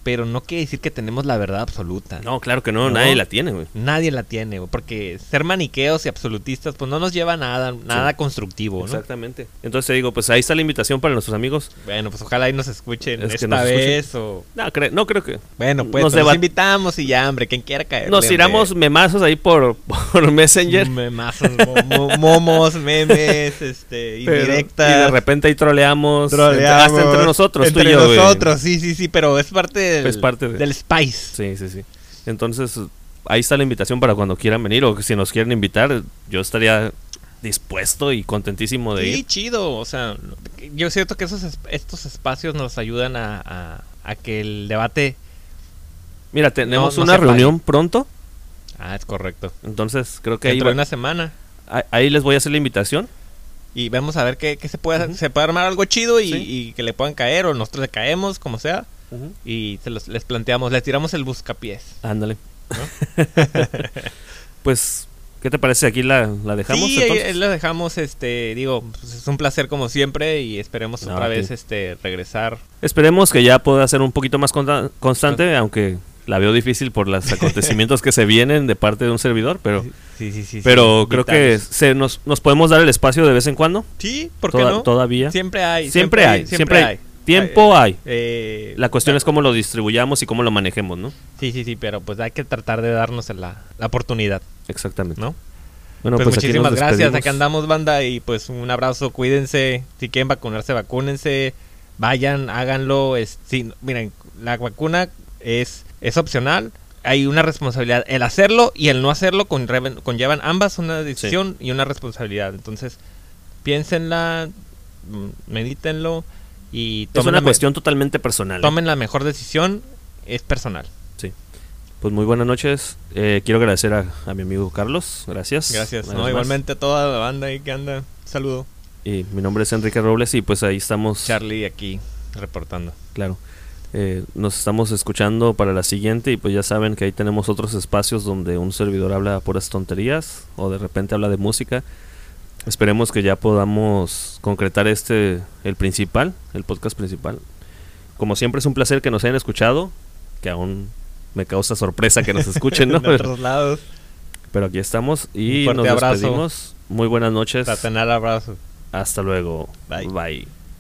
C: pero no quiere decir que tenemos la verdad absoluta.
B: No, claro que no,
C: No.
B: nadie la tiene, güey.
C: Nadie la tiene, güey, porque ser maniqueos y absolutistas, pues no nos lleva a nada, nada constructivo, ¿no?
B: Exactamente. Entonces te digo, pues ahí está la invitación para nuestros amigos.
C: Bueno, pues ojalá ahí nos escuchen
B: Es que
C: esta
B: nos escuchen.
C: vez o...
B: No, cre- no creo que.
C: Bueno, pues
B: Nos
C: nos,
B: debat-
C: invitamos y ya, hombre, quien quiera caer.
B: Nos tiramos memazos ahí por, por Messenger.
C: Mm, Memazos, mo- mo- momos, memes, este,
B: pero-
C: indirectas.
B: Y de repente ahí troleamos.
C: Troleamos.
B: Hasta Pues, entre nosotros,
C: Entre
B: tú y yo. güey.
C: nosotros, sí, sí, sí, pero es parte del,
B: Es parte de-
C: del Spice.
B: Sí, sí, sí. Entonces, ahí está la invitación para cuando quieran venir o si nos quieren invitar, yo estaría dispuesto y contentísimo de
C: Sí,
B: ir.
C: chido. O sea, yo siento que esos es- estos espacios nos ayudan a, a- a que el debate.
B: Mira, tenemos
C: no
B: una
C: se
B: reunión pronto,
C: Ah, es correcto.
B: entonces creo que
C: Que
B: ahí,
C: dentro de
B: va-
C: una semana.
B: ahí- ahí les voy a hacer la invitación.
C: Y vamos a ver qué, qué se puede se puede armar algo chido y,
B: Sí.
C: y que le puedan caer o nosotros le caemos, como sea. Y se los- les planteamos, les tiramos el buscapiés.
B: Ándale. pues, ¿qué te parece? Aquí la, la dejamos.
C: Sí, ahí-
B: entonces?
C: ahí lo dejamos, este, digo, pues, es un placer como siempre y esperemos
B: No,
C: otra
B: a ti.
C: vez este regresar
B: Esperemos que ya pueda ser un poquito más conta- constante, aunque la veo difícil por los acontecimientos que se vienen de parte de un servidor, pero,
C: Sí, sí, sí. sí,
B: pero creo que
C: vitales.
B: se nos, nos podemos dar el espacio de vez en cuando.
C: Sí, ¿por qué
B: Toda-
C: no?
B: Todavía.
C: Siempre hay.
B: Siempre hay, siempre hay. Tiempo hay.
C: Eh,
B: La cuestión es cómo lo distribuyamos y cómo lo manejemos, ¿no?
C: Sí, sí, sí, pero pues hay que tratar de darnos la, la oportunidad,
B: Exactamente.
C: ¿no?
B: Bueno,
C: pues,
B: aquí nos
C: muchísimas gracias,
B: despedimos.
C: acá andamos banda y pues un abrazo, cuídense, si quieren vacunarse, vacúnense, vayan, háganlo, es, sí, miren, la vacuna es, es opcional, hay una responsabilidad, el hacerlo y el no hacerlo conllevan, conllevan ambas una decisión y una responsabilidad, entonces piénsenla, mm, medítenlo y
B: Es
C: tomen,
B: una
C: la, me-
B: cuestión totalmente personal. ¿eh?
C: tomen la mejor decisión, es personal.
B: Pues muy buenas noches. Eh, quiero agradecer a, a mi amigo Carlos. Gracias.
C: Gracias,
B: Una
C: no,
B: vez más.
C: igualmente a toda la banda ahí que anda, saludo.
B: Y mi nombre es Enrique Robles y pues ahí estamos.
C: Charlie aquí reportando.
B: Claro. Eh, nos estamos escuchando para la siguiente y pues ya saben que ahí tenemos otros espacios donde un servidor habla puras tonterías o de repente habla de música. Esperemos que ya podamos concretar este, el principal, el podcast principal. Como siempre es un placer que nos hayan escuchado, que aún me causa sorpresa que nos escuchen, ¿no?
C: en otros lados.
B: Pero aquí estamos y
C: Un
B: nos
C: fuerte abrazo.
B: despedimos. Muy buenas noches.
C: Satanás abrazo.
B: Hasta luego.
C: Bye.
B: Bye.